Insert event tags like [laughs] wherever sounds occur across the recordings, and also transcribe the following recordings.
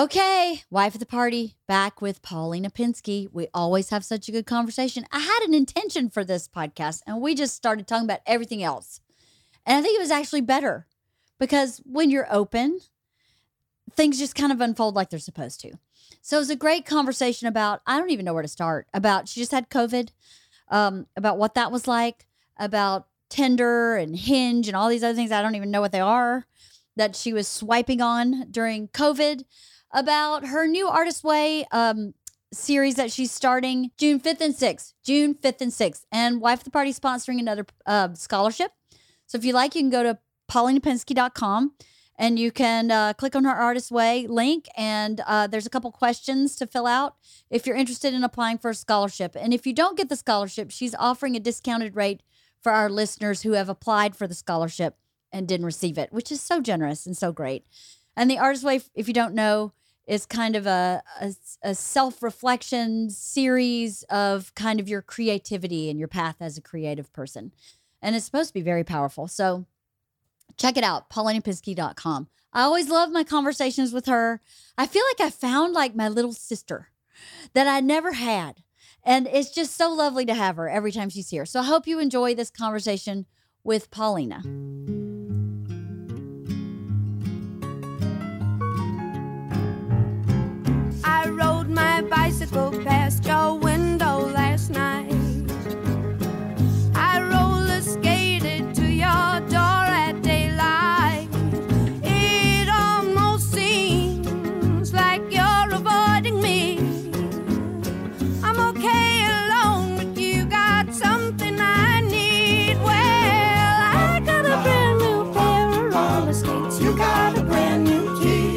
Okay, wife of the party, back with Paulina Pinsky. We always have such a good conversation. I had an intention for this podcast, and we just started talking about everything else. And I think it was actually better because when you're open, things just kind of unfold like they're supposed to. So it was a great conversation about, I don't even know where to start, about she just had COVID, um, about what that was like, about Tinder and Hinge and all these other things. I don't even know what they are that she was swiping on during COVID, about her new Artist Way um, series that she's starting June 5th and 6th. June 5th and 6th. And Wife of the Party sponsoring another uh, scholarship. So if you like, you can go to paulinapensky.com and you can uh, click on her Artist Way link. And uh, there's a couple questions to fill out if you're interested in applying for a scholarship. And if you don't get the scholarship, she's offering a discounted rate for our listeners who have applied for the scholarship and didn't receive it, which is so generous and so great. And the Artist Way, if you don't know, is kind of a, a, a self reflection series of kind of your creativity and your path as a creative person. And it's supposed to be very powerful. So check it out, paulinapinski.com. I always love my conversations with her. I feel like I found like my little sister that I never had. And it's just so lovely to have her every time she's here. So I hope you enjoy this conversation with Paulina. I rode my bicycle past your window last night. I roller skated to your door at daylight. It almost seems like you're avoiding me. I'm okay alone, but you got something I need. Well, I got a brand new pair of roller skates. You got a brand new key.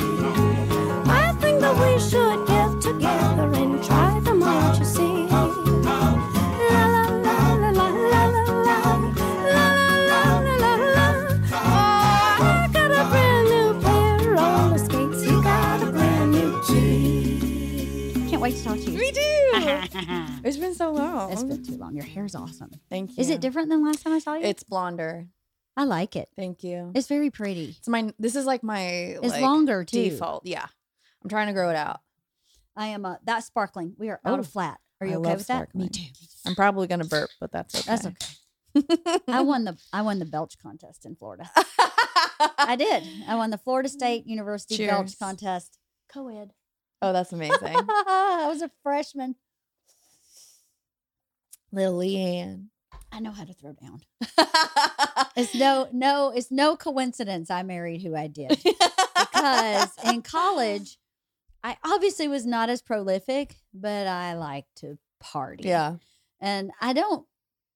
I think that we should get together and try them out, you see. La la la la la la la la. La la la la la la. Oh, I got a brand new pair of roller skates. You got a brand new key. Can't wait to talk to you. We do. it's it's been so long. been too long. Your hair's awesome. Thank you. Is it different than last time I saw you? It's blonder. I like it. Thank you. It's very pretty. It's my. This is like my. It's like, longer too. Default. Yeah. I'm trying to grow it out. I am uh, that sparkling. We are out of Oh, flat. Are you I okay love with sparkling. that? Me too. I'm probably gonna burp, but that's okay. [laughs] That's okay. [laughs] I won the I won the belch contest in Florida. I did. I won the Florida State University Cheers. belch contest. Co-ed. oh, that's amazing. [laughs] I was a freshman. Little Leanne. [laughs] I know how to throw down. It's no no it's no coincidence I married who I did. because in college, I obviously was not as prolific, but I like to party. [laughs] Yeah. And I don't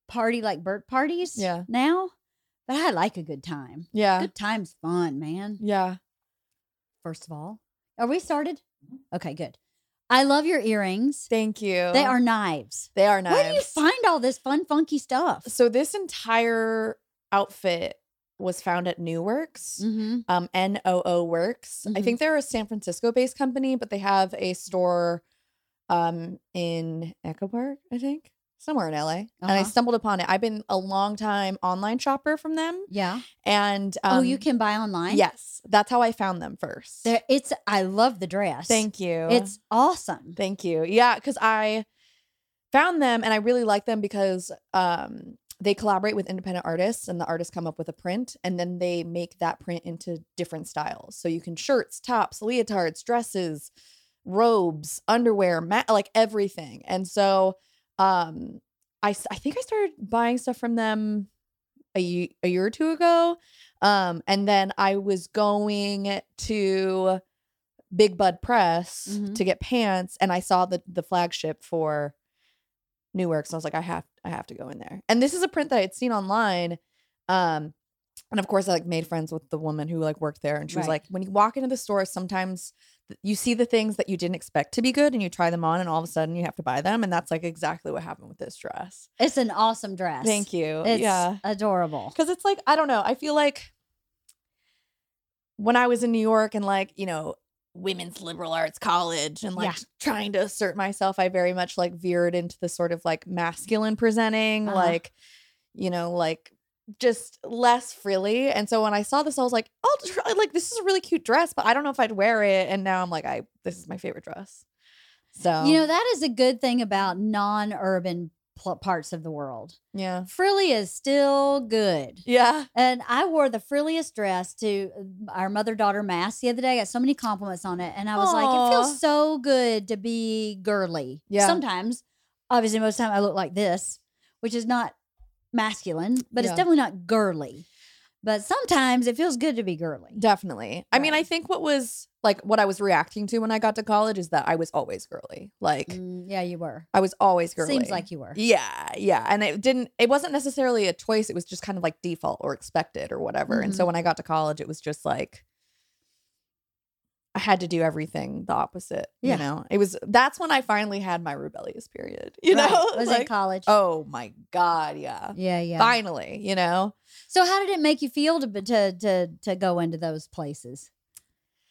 party like Bert parties Yeah. now, but I like a good time. Yeah. Good time's fun, man. Yeah. First of all, are we started? Okay, good. I love your earrings. Thank you. They are knives. They are knives. Where do you find all this fun, funky stuff? So this entire outfit was found at New Works. Mm-hmm. um, NOO Works. I Mhm. think they're a San Francisco based company, but they have a store um, in Echo Park, I think, somewhere in LA. And I Uh-huh. stumbled upon it. I've been a long time online shopper from them. Yeah. And oh, you um, can buy online. Yes, that's how I found them 1st There, it's. I love the dress. Thank you. It's awesome. Thank you. Yeah, because I found them and I really like them because um, they collaborate with independent artists and the artists come up with a print and then they make that print into different styles. So you can shirts, tops, leotards, dresses, robes, underwear, ma- like everything. And so um, I, s- I think I started buying stuff from them a ye- a year or two ago. Um, and then I was going to Big Bud Press Mhm. to get pants, and I saw the the flagship for New Works, and I was like, I have I have to go in there. And this is a print that I had seen online. Um, and of course, I like made friends with the woman who like worked there, and she was Right. like, when you walk into the store, sometimes th- you see the things that you didn't expect to be good, and you try them on, and all of a sudden you have to buy them, and that's like exactly what happened with this dress. It's an awesome dress. Thank you. It's yeah. adorable. Cause it's like, I don't know. I feel like when I was in New York and like, you know, women's liberal arts college and like Yeah. trying to assert myself, I very much like veered into the sort of like masculine presenting, Uh-huh. like, you know, like just less frilly. And so when I saw this, I was like, "I'll try." Like this is a really cute dress, but I don't know if I'd wear it. And now I'm like, I this is my favorite dress. So You know, that is a good thing about non urban pl- parts of the world. yeah, Frilly is still good. yeah, And I wore the frilliest dress to uh, our mother daughter mass the other day. I got so many compliments on it. And I was like, it Aw. feels so good to be girly. Yeah. Sometimes, obviously, most of the time I look like this, which is not masculine, but Yeah. it's definitely not girly. But sometimes it feels good to be girly. definitely. I mean, Right. I think what was like what I was reacting to when I got to college is that I was always girly. Like Mm, yeah, you were. I was always girly. Seems like you were. Yeah, yeah. And it didn't it wasn't necessarily a choice. It was just kind of like default or expected or whatever. And Mm-hmm. so when I got to college, it was just like I had to do everything the opposite. Yeah. You know? It was that's when I finally had my rebellious period. [laughs] You Right. know? was in Like, college. oh my God, yeah. yeah, yeah. Finally, you know? So how did it make you feel to to to to go into those places?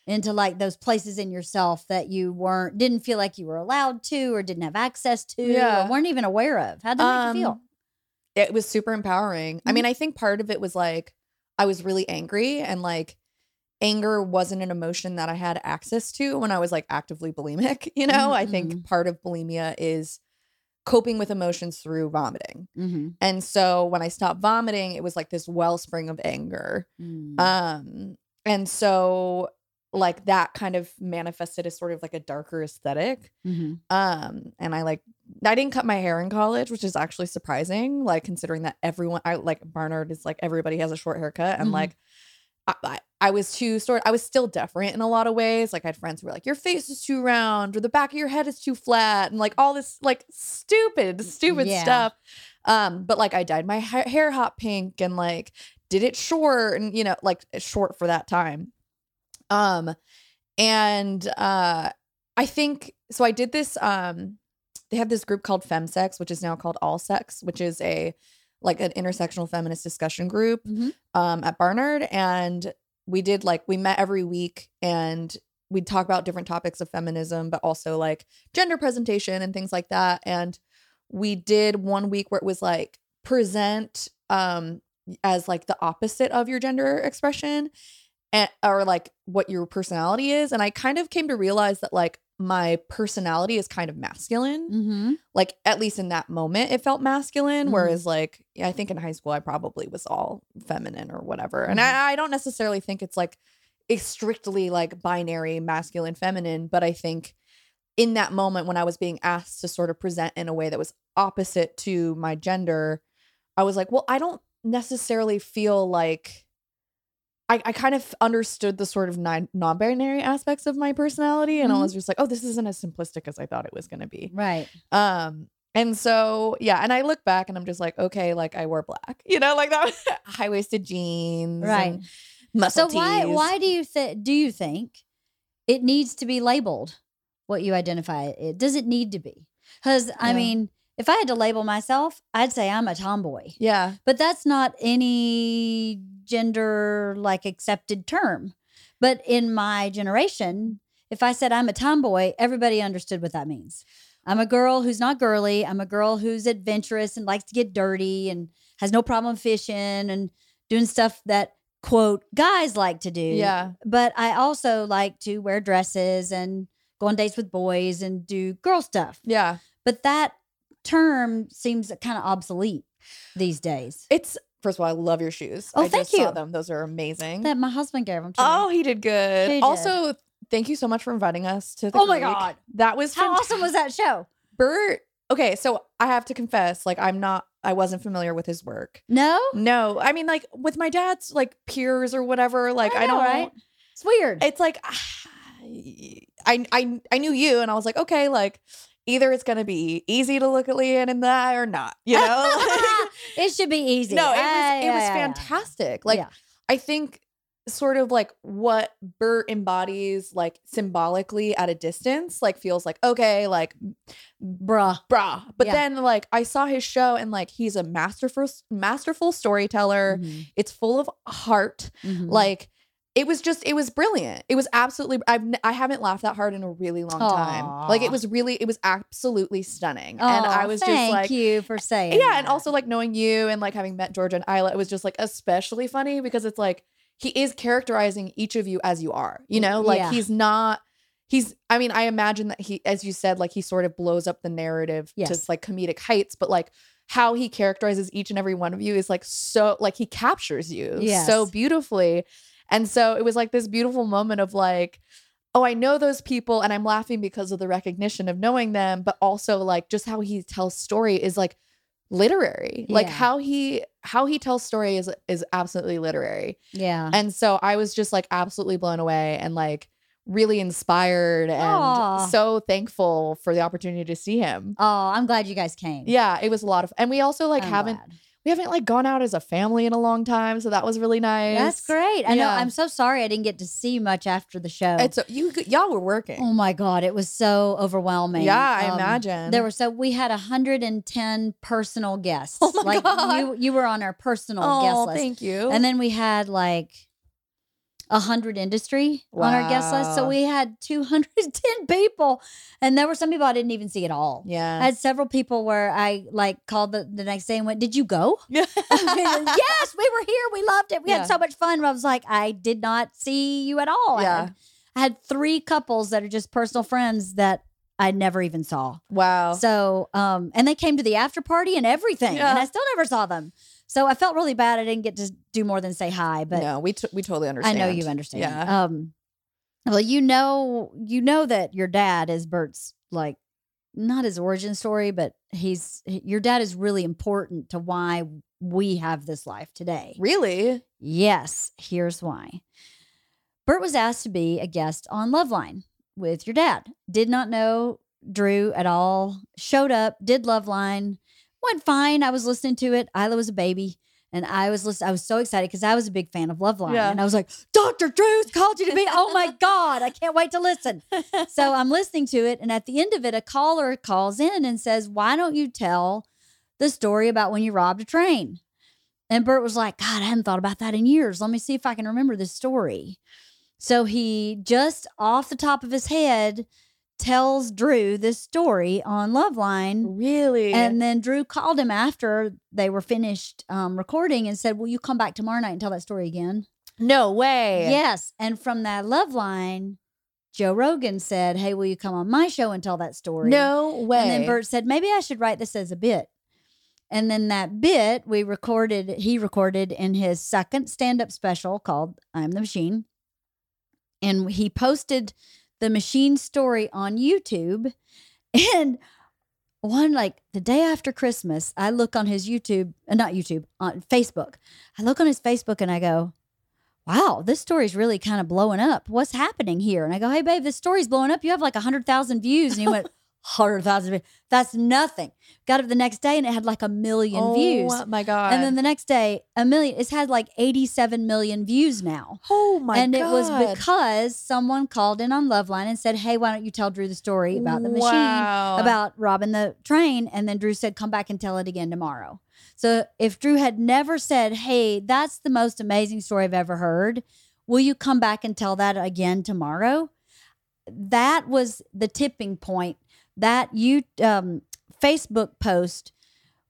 Into like those places in yourself that you weren't didn't feel like you were allowed to or didn't have access to Yeah. or weren't even aware of. How did it make you feel? Mm-hmm. Um, It was super empowering. I mean, I think part of it was like I was really angry and like anger wasn't an emotion that I had access to when I was like actively bulimic, [laughs] you know? I think Mhm. part of bulimia is coping with emotions through vomiting. Mm-hmm. And so when I stopped vomiting, it was like this wellspring of anger. Mm-hmm. Um and so like that kind of manifested as sort of like a darker aesthetic. Mm-hmm. Um, and I like I didn't cut my hair in college, which is actually surprising. Like considering that everyone, I like Barnard is like everybody has a short haircut, and Mhm. like I, I, I was too sort. I was still different in a lot of ways. Like I had friends who were like, "Your face is too round," or "The back of your head is too flat," and like all this like stupid, stupid yeah. stuff. Um, but like I dyed my ha- hair hot pink and like did it short, and you know, like eh, short for that time. Um, and uh, I think so. I did this. Um, they have this group called Femsex, which is now called All Sex, which is a like an intersectional feminist discussion group Mhm. um, at Barnard, and we did like we met every week and we'd talk about different topics of feminism, but also like gender presentation and things like that. And we did one week where it was like present um, as like the opposite of your gender expression and, or like what your personality is. And I kind of came to realize that like my personality is kind of masculine Mm-hmm. like at least in that moment it felt masculine Mhm. whereas like yeah, i think in high school i probably was all feminine or whatever and I, I don't necessarily think it's like it's strictly like binary masculine feminine but i think in that moment when i was being asked to sort of present in a way that was opposite to my gender i was like well i don't necessarily feel like I, I kind of understood the sort of non- non-binary aspects of my personality and I Mhm. was just like oh this isn't as simplistic as i thought it was going to be Right. um, and so yeah, and I look back and I'm just like, okay, like I wore black, [laughs] you know, like that high waisted jeans, Right. and Muscle So why tees. why do you think do you think it needs to be labeled what you identify it? Does it need to be? Because I Yeah. mean, if I had to label myself, I'd say I'm a tomboy. Yeah, But that's not any gender like accepted term. But in my generation, if I said I'm a tomboy, everybody understood what that means. I'm a girl who's not girly. I'm a girl who's adventurous and likes to get dirty and has no problem fishing and doing stuff that quote guys like to do. yeah, But I also like to wear dresses and go on dates with boys and do girl stuff. yeah. But that term seems kind of obsolete these days. It's first of all, I love your shoes. Oh, I thank just saw you. them; those are amazing. Mm-hmm. that my husband gave them to oh, me. he did good. He did. Also, thank you so much for inviting us to. the Oh my Greek. [laughs] God. that was How awesome was that show? [laughs] Bert? Okay, so I have to confess, like I'm not, I wasn't familiar with his work. No, No, I mean, like with my dad's like peers or whatever, like I, know, don't. right? It's weird. it's like I, I I knew you and I was like, okay, like either it's gonna be easy to look at Leanne in the eye or not, you know? [laughs] it should be [laughs] easy. no, it was Ah, it was yeah, yeah, yeah. fantastic. Like Yeah. I think sort of like what Bert embodies like symbolically at a distance, like feels like, okay, like bruh. brah. But Yeah. then like I saw his show and like he's a Mm-hmm. masterful masterful storyteller. It's full of heart. Mhm, mhm. Mm-hmm. Like it was just it was brilliant it was absolutely i've n- i haven't laughed that hard in a really long time like Aw. Oh, it was really it was absolutely stunning and i Aw, was thank just like you for saying. yeah and that. also like knowing you and like having met georgia and isla it was just like especially funny because it's like he is characterizing each of you as you are you know like Yeah. he's not he's i mean i imagine that he as you said like he sort of blows up the narrative Yes. to like comedic heights but like how he characterizes each and every one of you is like so like he captures you so Yes. beautifully and so it was like this beautiful moment of like oh, I know those people and I'm laughing because of the recognition of knowing them, but also like just how he tells story is like literary. Like Yeah. how he how he tells story is is absolutely literary. yeah. And so I was just like absolutely blown away and like really inspired and Aw. so thankful for the opportunity to see him. Oh, I'm glad you guys came. Yeah, it was a lot of and we also like I'm haven't glad. we haven't like gone out as a family in a long time, so that was really nice. That's great. I know. Yeah. I'm so sorry I didn't get to see much after the show. It's you y'all were working. oh my god, it was so overwhelming. yeah, I Um, imagine. There were so we had 110 personal guests. Oh my like God. Oh, you you were on our personal guest list. thank you. And then we had like 100 industry on our guest list. So Wow. we had 210 people. And there were some people I didn't even see at all. I yeah, had several people where I like called the, the next day and went, Did you [laughs] go? [laughs] yeah, yes, we were here. We loved it. We Yeah. had so much fun. But I was like, I did not see you at all. I Yeah. had, I had three couples that are just personal friends that I never even saw. Wow. So, um, and they came to the after party and everything, and I Oh. Yeah. still never saw them. So I felt really bad. I didn't get to do more than say hi, but no, we t- we totally I understand. know you understand. Yeah. Um, well, you know, you know that your dad is Bert's like not his origin story, but he's he- your dad is really important to why we have this life today. Really? Yes, here's why. Bert was asked to be a guest on Loveline with your dad. Did not know Drew at all. Showed up, did Loveline. Went fine. I was listening to it. Isla was a baby. And I was listen- I was so excited because I was a big fan of Loveline. Yeah. And I was like, Dr. Drew's called you to be. Oh my God. I can't wait to listen so I'm listening to it. And at the end of it, a caller calls in and says, Why don't you tell the story about when you robbed a train? And Bert was like, God, I hadn't thought about that in years. Let me see if I can remember this story. So he just off the top of his head tells Drew this story on Loveline. really? And then Drew called him after they were finished um, recording and said, Will you come back tomorrow night and tell that story again? no way. Yes. And from that love line, Joe Rogan said, Hey, will you come on my show and tell that story? No way. And then Bert said, Maybe I should write this as a bit. And then that bit we recorded, he recorded in his second stand up special called I'm the Machine. And he posted the machine story on YouTube. [laughs] And one, like the day after Christmas, I look on his YouTube, uh, not YouTube, on Facebook. I look on his Facebook and I go, Wow, this story's really kind of blowing up. What's happening here? And I go, Hey, babe, this story's blowing up. You have like 100,000 views. And he went, [laughs] 100,000 views. That's nothing. Got it the next day and it had like a million oh views. my god. And then the next day, a million. It's had like 87 million views now. oh my and god. it was because someone called in on Loveline and said, Hey, why don't you tell Drew the story about the machine, Wow. about robbing the train? And then Drew said, Come back and tell it again tomorrow. So if Drew had never said, Hey, that's the most amazing story I've ever heard, will you come back and tell that again tomorrow? That was the tipping point. That you um, Facebook post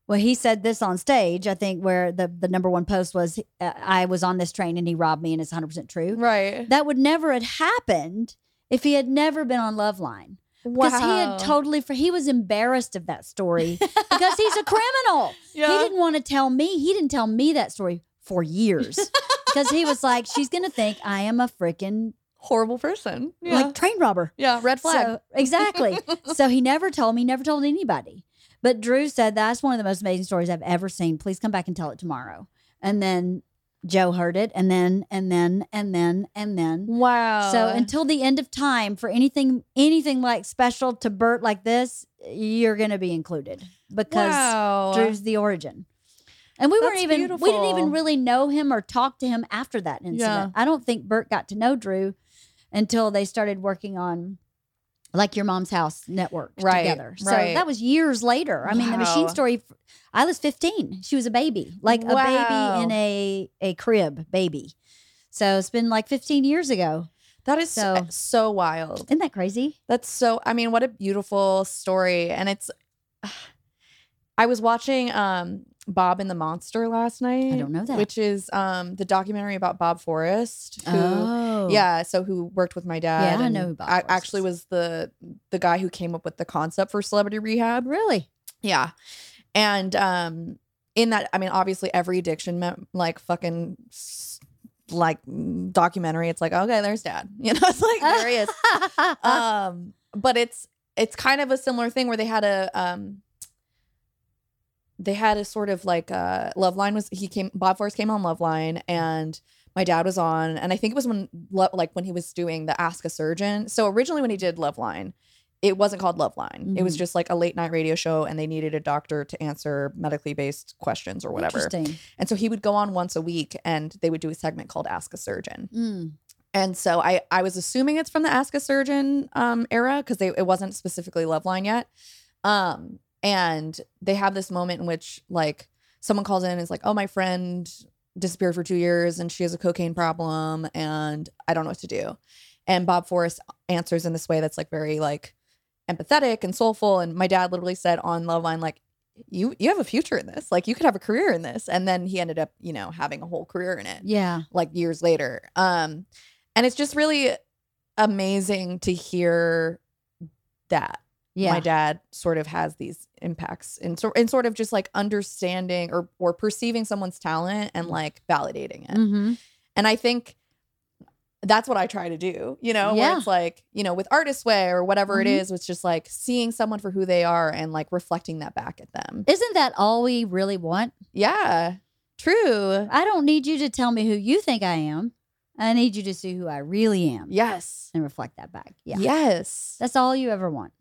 well, he said this on stage, I think, where the, the number one post was, uh, I was on this train and he robbed me, and it's 100% true. right. That would never have happened if he had never been on Loveline. Because he had totally, for he was embarrassed of that story because he's [laughs] a criminal. He Yeah. didn't want to tell me, he didn't tell me that story for [laughs] years because he was like, she's going to think I am a freaking horrible person. Yeah. like train robber. yeah. Red flag. So, [laughs] exactly. so he never told me, never told anybody. But Drew said, That's one of the most amazing stories I've ever seen. Please come back and tell it tomorrow. And then Joe heard it, and then, and then, and then, and then. wow. So until the end of time for anything, anything like special to Bert like this, you're going to be included because wow. Drew's the origin. And we weren't That's even we didn't even beautiful. really know him or talk to him after that incident. Yeah. I don't think Bert got to know Drew until they started working on like your mom's house network Right, together. So right. that was years later. I mean, the machine Wow. story I was 15. She was a baby, like a baby Wow. in a a crib baby. So it's been like 15 years ago. That is so, So- so wild. Isn't that crazy? That's so I mean, what a beautiful story. And it's [sighs] I was watching um Bob and the Monster last night. don't know that. Which is um the documentary about Bob Forrest, who oh. yeah, so who worked with my dad. I and know who Bob I Forrest actually is. was the the guy who came up with the concept for celebrity rehab. [laughs] Really? Yeah. And um in that I mean obviously every addiction me- like fucking s- like mm, documentary it's like okay there's dad. [laughs] You know [laughs] it's like there he is. Uh, Um but it's it's kind of a similar thing where they had a um they had a sort of like uh love line was he came Bob Forrest came on love line and my dad was on and I think it was when Lo- like when he was doing the ask a surgeon. So originally when he did love line it wasn't called Love Line. It was Mhm. just like a late night radio show, and they needed a doctor to answer medically based questions or whatever. Interesting. And so he would go on once a week, and they would do a segment called Ask a Surgeon. Mm. And so I, I was assuming it's from the Ask a Surgeon um, era because it wasn't specifically Love Line yet. Um, and they have this moment in which like someone calls in and is like, "Oh, my friend disappeared for two years and she has a cocaine problem and I don't know what to do." And Bob Forrest answers in this way that's like very like empathetic and soulful. And my dad literally said on Love Line like. You you have a future in this. Like you could have a career in this. And then he ended up, you know, having a whole career in it Yeah. like years later. Um, and it's just really amazing to hear that Yeah. my dad sort of has these impacts and so and sort of just like understanding or or perceiving someone's talent and Mm. like validating it. Mhm. And I think that's what I try to do, you know, where Yeah. it's like, you know, with artist way or whatever it Mhm. is, it's just like seeing someone for who they are and like reflecting that back at them. Isn't that all we really want? Yeah. True. I don't need you to tell me who you think I am. I need you to see who I really am Yes. and reflect that back. Yeah. Yes. That's all you ever want.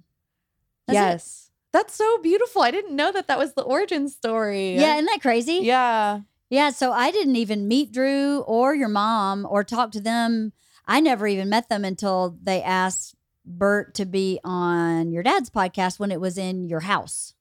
That's it. yes. That's so beautiful. I didn't know that that was the origin story. Yeah. Isn't that crazy? [laughs] Yeah. Yeah, so I didn't even meet Drew or your mom or talk to them. I never even met them until they asked Bert to be on your dad's podcast when it was in your house.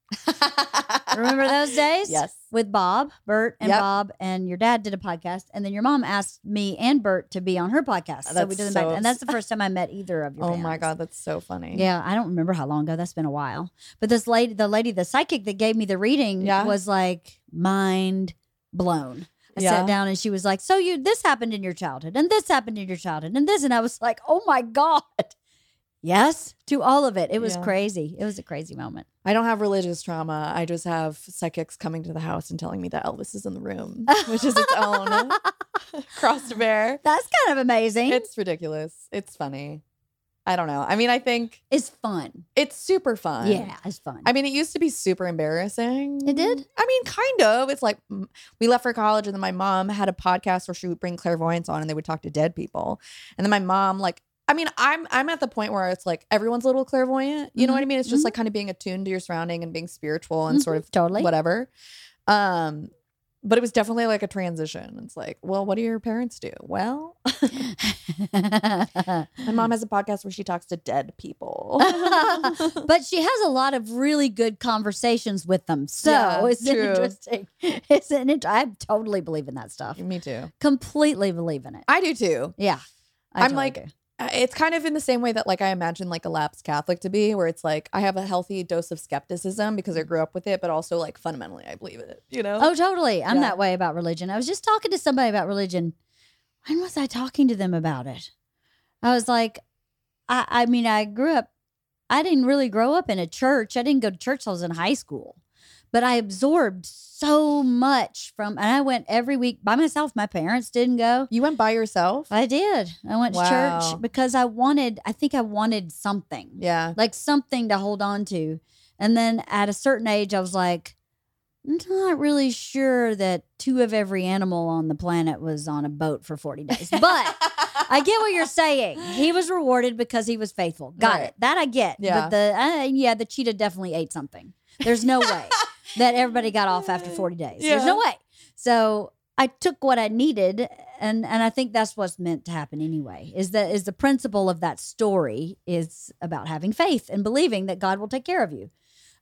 Remember those days? Yes. With Bob, Bert, and Yep. Bob, and your dad did a podcast, and then your mom asked me and Bert to be on her podcast. so That's we did them so back, and that's the first time I met either [laughs] of you. Oh my God, that's so funny. Yeah, I don't remember how long ago. That's been a while. But this lady, the lady, the psychic that gave me the reading Yeah. was like mind blown. I Yeah. sat down and she was like, So you this happened in your childhood and this happened in your childhood and this. And I was like, Oh my God. Yes, to all of it. It was Yeah. crazy. It was a crazy moment. I don't have religious trauma. I just have psychics coming to the house and telling me that Elvis is in the room, which is its own [laughs] cross to bear. That's kind of amazing. It's, It's ridiculous. It's funny. I don't know. I mean, I think fun. it's super fun. Yeah, it's fun. I mean, it used to be super embarrassing. It did? I mean, kind of. It's like mm, we left for college, and then my mom had a podcast where she would bring clairvoyants on, and they would talk to dead people. And then my mom, like, I mean, I'm I'm at the point where it's like everyone's a little clairvoyant. You Mm-hmm. know what I mean? It's just like kind of being attuned to your surrounding and being spiritual and sort Mhm, of totally. whatever. Um, but it was definitely like a transition. It's like, well, what do your parents do? Well, my mom has a podcast where she talks to dead people. [laughs] [laughs] but she has a lot of really good conversations with them. So [laughs] Yeah, it's true. interesting. It's an int- I totally believe in that stuff. Me too. Completely believe in it. I do too. Yeah. I I'm totally like- do. I- it's kind of in the same way that like I imagine like a lapsed Catholic to be, where it's like I have a healthy dose of skepticism because I grew up with it, but also like fundamentally I believe it. You know? oh, totally. I'm Yeah. that way about religion. I was just talking to somebody about religion. When was I talking to them about it? I was like, I, I mean, I grew up, I didn't really grow up in a church. I didn't go to church till I was in high school, but I absorbed so much from, and I went every week by myself. My parents didn't go. you went by yourself? I did. I went to Wow. church because I wanted, I think I wanted something, [laughs] yeah. like something to hold on to. And then at a certain age, I was like, I'm not really sure that two of every animal on the planet was on a boat for 40 days. But I get what you're saying. He was rewarded because he was faithful. Got Right. it. That I get. Yeah. But the, uh, yeah, the cheetah definitely ate something. There's no way [laughs] that everybody got off after 40 days. There's no way. So I took what I needed and and I think that's what's meant to happen anyway. Is that is the principle of that story is about having faith and believing that God will take care of you.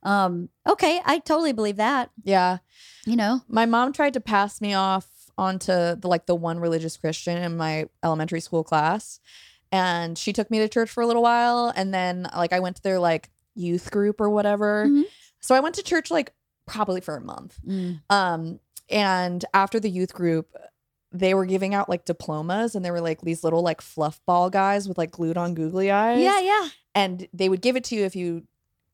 Um okay, I totally believe that, Yeah. you know. My mom tried to pass me off onto the like the one religious Christian in my elementary school class, and she took me to church for a little while, and then like I went to their like youth group or whatever. Mhm. So I went to church like probably for a month. Mm. Um, and after the youth group, they were giving out like diplomas and they were like these little like fluff ball guys with like glued on googly eyes. Yeah, yeah. And they would give it to you if you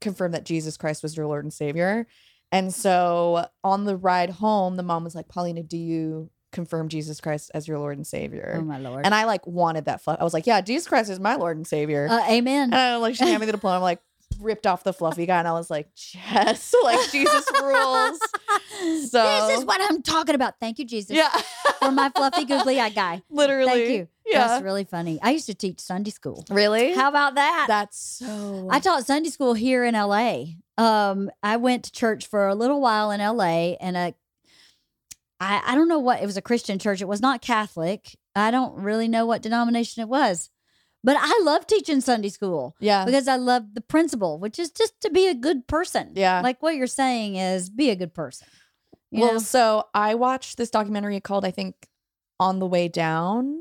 confirmed that Jesus Christ was your Lord and Savior. And so on the ride home, the mom was like, Paulina, do you confirm Jesus Christ as your Lord and Savior? Oh my lord. And I like wanted that fluff. I was like, yeah, Jesus Christ is my Lord and Savior. uh, amen. And I like [laughs] she handed me the diploma, like ripped off the fluffy guy, and I was like, yes, [laughs] like Jesus [laughs] rules. [laughs] So- this is what I'm talking about. Thank you, Jesus, Yeah, for my fluffy googly eye guy. [laughs] literally. Thank you. Yeah, That's really funny. I used to teach Sunday school. really. How about that? That's so. I taught Sunday school here in LA. Um, I went to church for a little while in LA, and a, I I don't know what it was a Christian church. It was not Catholic. I don't really know what denomination it was, but I love teaching Sunday school yeah, because I love the principle, which is just to be a good person. Yeah. like what you're saying is be a good person. You Well, know? so I watched this documentary called I think On the Way Down.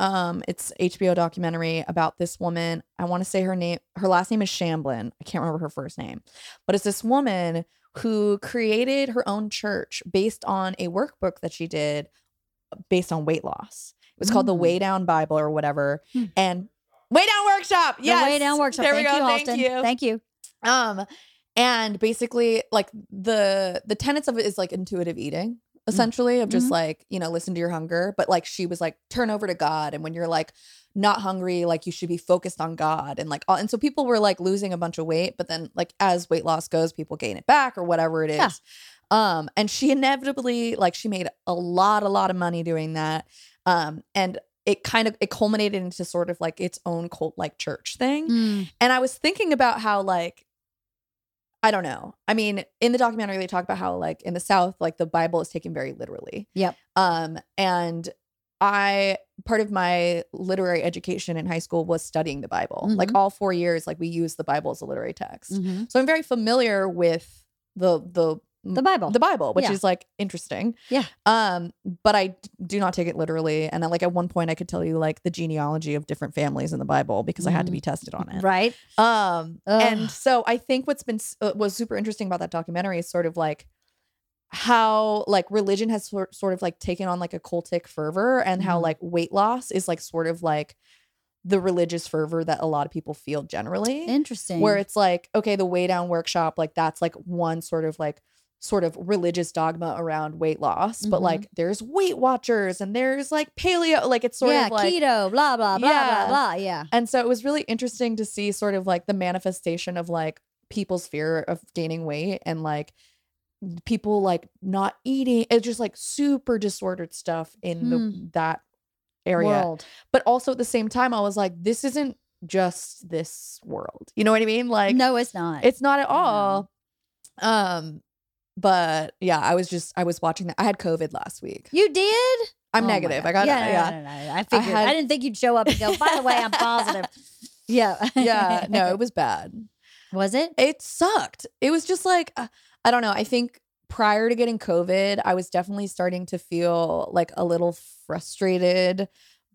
Um, it's HBO documentary about this woman. I want to say her name her last name is Shamblin. I can't remember her first name. But it's this woman who created her own church based on a workbook that she did uh, based on weight loss. It was called the Mm. Way Down Bible or whatever. Hmm. And Way Down Workshop. The Yes. way down workshop. There Thank we go. you, Austin. Thank you Thank you. um and basically like the the tenets of it is like intuitive eating essentially of just Mhm. like you know listen to your hunger but like she was like turn over to god and when you're like not hungry like you should be focused on god and like all, and so people were like losing a bunch of weight but then like as weight loss goes people gain it back or whatever it is Yeah. um and she inevitably like she made a lot a lot of money doing that um and it kind of it culminated into sort of like its own cult like church thing Mm. and I was thinking about how like I don't know. I mean, in the documentary they talk about how like in the South, like the Bible is taken very literally. Yep. Um and I part of my literary education in high school was studying the Bible. Like Mhm. all 4 years like we used the Bible as a literary text. Mhm. So I'm very familiar with the the The Bible. the Bible, which Yeah. is like interesting. Yeah. Um, but I d- do not take it literally. And I, like at one point, I could tell you like the genealogy of different families in the Bible because I had to Mhm. be tested on it. right. Um, Ugh. and so I think what's been s- uh, was super interesting about that documentary is sort of like how like religion has sort sort of like taken on like a cultic fervor, and how Mhm. like weight loss is like sort of like the religious fervor that a lot of people feel generally Interesting. where it's like okay the way down workshop like that's like one sort of like sort of religious dogma around weight loss but Mhm. like there's weight watchers and there's like paleo like it's sort yeah, of like keto, blah blah blah Yeah. blah blah. Yeah. and so it was really interesting to see sort of like the manifestation of like people's fear of gaining weight and like people like not eating it's just like super disordered stuff in Hmm. the, that area World. but also at the same time i was like this isn't just this world you know what i mean like no, it's not. it's not at No. all. Um, but yeah, I was just I was watching that. I had COVID last week. you did. I'm Oh my negative. I God. got yeah, yeah. yeah. No, no, no, no. I figured. I, had- didn't think you'd show up and go. By the way, I'm positive. Yeah. [laughs] [laughs] yeah, no, it was bad. Was it? It sucked. It was just like uh, I don't know. I think prior to getting COVID, I was definitely starting to feel like a little frustrated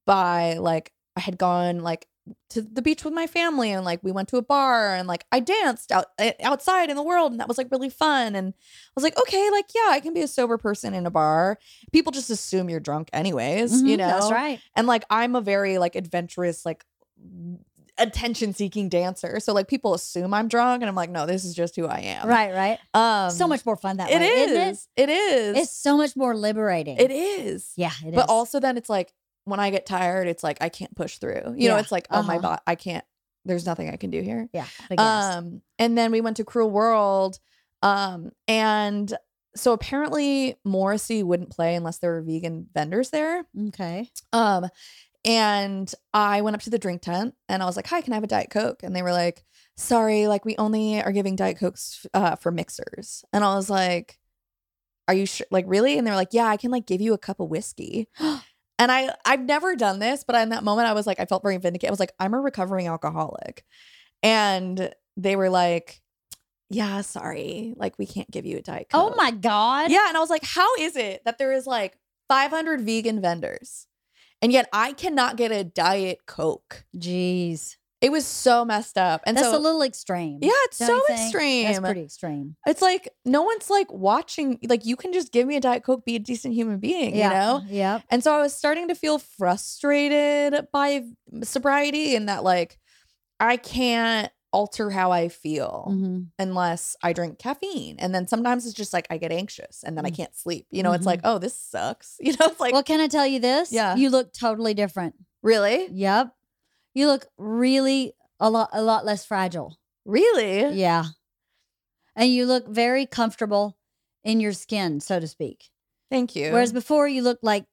by like I had gone like to the beach with my family and like we went to a bar and like I danced out uh, outside in the world and that was like really fun and I was like okay like yeah I can be a sober person in a bar people just assume you're drunk anyways you Mhm, know That's right. and like I'm a very like adventurous like attention seeking dancer so like people assume I'm drunk and I'm like no this is just who I am Right. Right. um so much more fun that it way. is Isn't it? it is It's so much more liberating. it is Yeah. It is. but also then it's like when I get tired, it's like I can't push through. You know, Yeah. it's like oh my Uh-huh. god, I can't. There's nothing I can do here. Yeah. I guess. Um, and then we went to Cruel World, um, and so apparently Morrissey wouldn't play unless there were vegan vendors there. okay. Um, and I went up to the drink tent and I was like, "Hi, can I have a diet coke?" And they were like, "Sorry, like we only are giving diet cokes uh, for mixers." And I was like, "Are you sure? Like really?" And they were like, "Yeah, I can like give you a cup of whiskey." and I I've never done this, but in that moment I was like, I felt very vindicated. I was like, "I'm a recovering alcoholic," and they were like, "Yeah, sorry, like we can't give you a diet coke." Oh my God. Yeah, and I was like, how is it that there is like 500 vegan vendors. And yet I cannot get a Diet Coke. Jeez. It was so messed up. And That's so, a little extreme. yeah, it's Don't so you think? extreme. That's pretty extreme. It's like no one's like watching. Like you can just give me a diet coke, be a decent human being, yeah. you know. Yep. And so I was starting to feel frustrated by sobriety and that like I can't alter how I feel hmm unless I drink caffeine. And then sometimes it's just like I get anxious and then I Mm. Mm-hmm. can't sleep. You know, it's like oh this sucks. [laughs] You know, it's like well, can I tell you this? Yeah. You look totally different. really, Yep. You look really a lot a lot less fragile. really, Yeah. And you look very comfortable in your skin, so to speak. thank you. Whereas before you looked like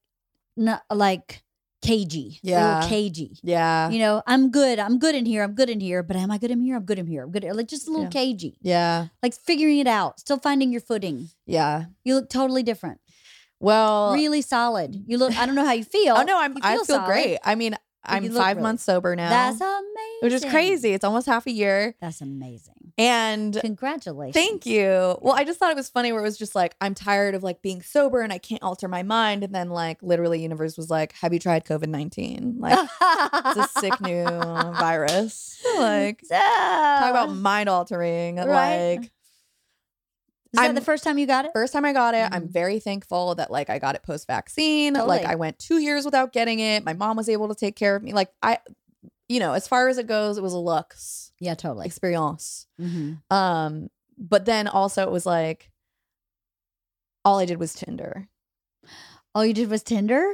not like cagey. a little Yeah. Cagey. yeah, You know, I'm good. I'm good in here. I'm good in here. But am I good in here? I'm good in here. I'm good. Like just a little Yeah. cagey. yeah, Like figuring it out. Still finding your footing. yeah. You look totally different. Well, really solid. You look. I don't know how you feel. oh no, I'm you I feel solid. great. I mean, I'm you look five really- months sober now. That's amazing. which is crazy. It's almost half a year. That's amazing. And Congratulations. [laughs] thank you. Well, I just thought it was funny where it was just like, I'm tired of like being sober and I can't alter my mind. And then like literally universe was like, Have you tried COVID nineteen? [laughs] Like it's a sick new virus. [laughs] Like talk about mind altering. Right. Like Is that I'm- the first time you got it? first time I got it, I'm Mhm. very thankful that like I got it post vaccine. Totally. Like I went two years without getting it. My mom was able to take care of me. Like I you know, as far as it goes, it was a lux Yeah, totally. experience. hmm Um, but then also it was like all I did was Tinder. All you did was Tinder.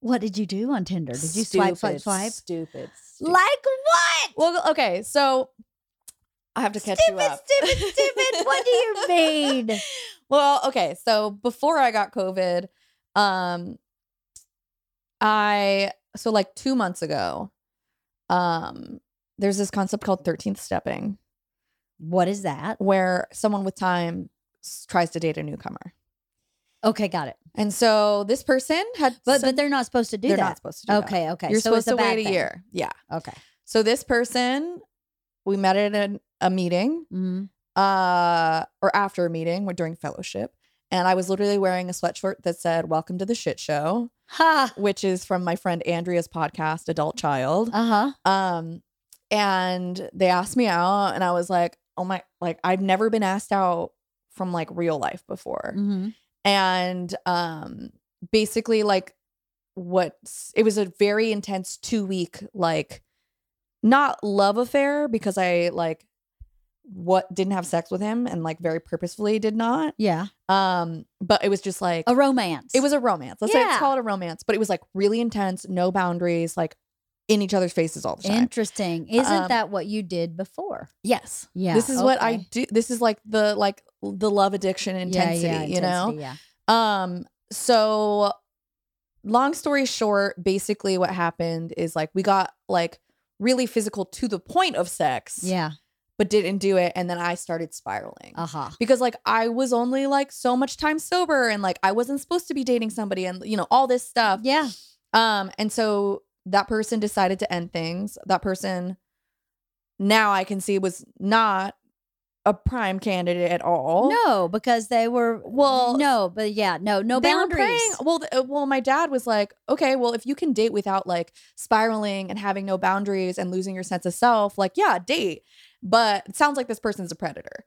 What did you do on Tinder? Did you swipe, swipe, swipe? Stupid. stupid. Like what? well, okay, so I have to catch stupid, you up. stupid, stupid. What do [laughs] you mean? Well, okay, so before I got COVID, um, I so like two months ago, um, there's this concept called thirteenth stepping, What is that? where someone with time s- tries to date a newcomer, Okay, got it. and so this person had, But some- but they're not supposed to do they're not that. supposed to do that. okay, okay. You're so supposed it's a to bad wait a thing. year. Yeah. Okay. So this person, we met at an, a meeting, Mhm. uh, or after a meeting, we're during fellowship, and I was literally wearing a sweatshirt that said "Welcome to the Shit Show," Ha. which is from my friend Andrea's podcast, Adult Child. Uh huh. Um, and they asked me out, and I was like, "Oh my!" Like I've never been asked out from like real life before Mm-hmm. and um basically like what it was a very intense two week like not love affair because i like what didn't have sex with him and like very purposefully did not Yeah. um but it was just like A romance. it was a romance let's say Yeah. let's call it a romance but it was like really intense no boundaries like in each other's faces all the time interesting. Isn't Um, that what you did before? yes Yeah. this is what i okay. do this is like the like the love addiction intensity yeah, yeah, you know intensity, Yeah. Um, so long story short, basically what happened is like we got like really physical to the point of sex, Yeah. but didn't do it. And then I started spiraling. Uh huh. because like I was only like so much time sober and like I wasn't supposed to be dating somebody and you know all this stuff. Yeah. Um and so that person decided to end things. That person now I can see was not a prime candidate at all. No, because they were Well, No, but yeah, no, no They were boundaries. praying- well, th- uh, well, my dad was like, okay, well, if you can date without like spiraling and having no boundaries and losing your sense of self, like, yeah, date. But it sounds like this person's a predator.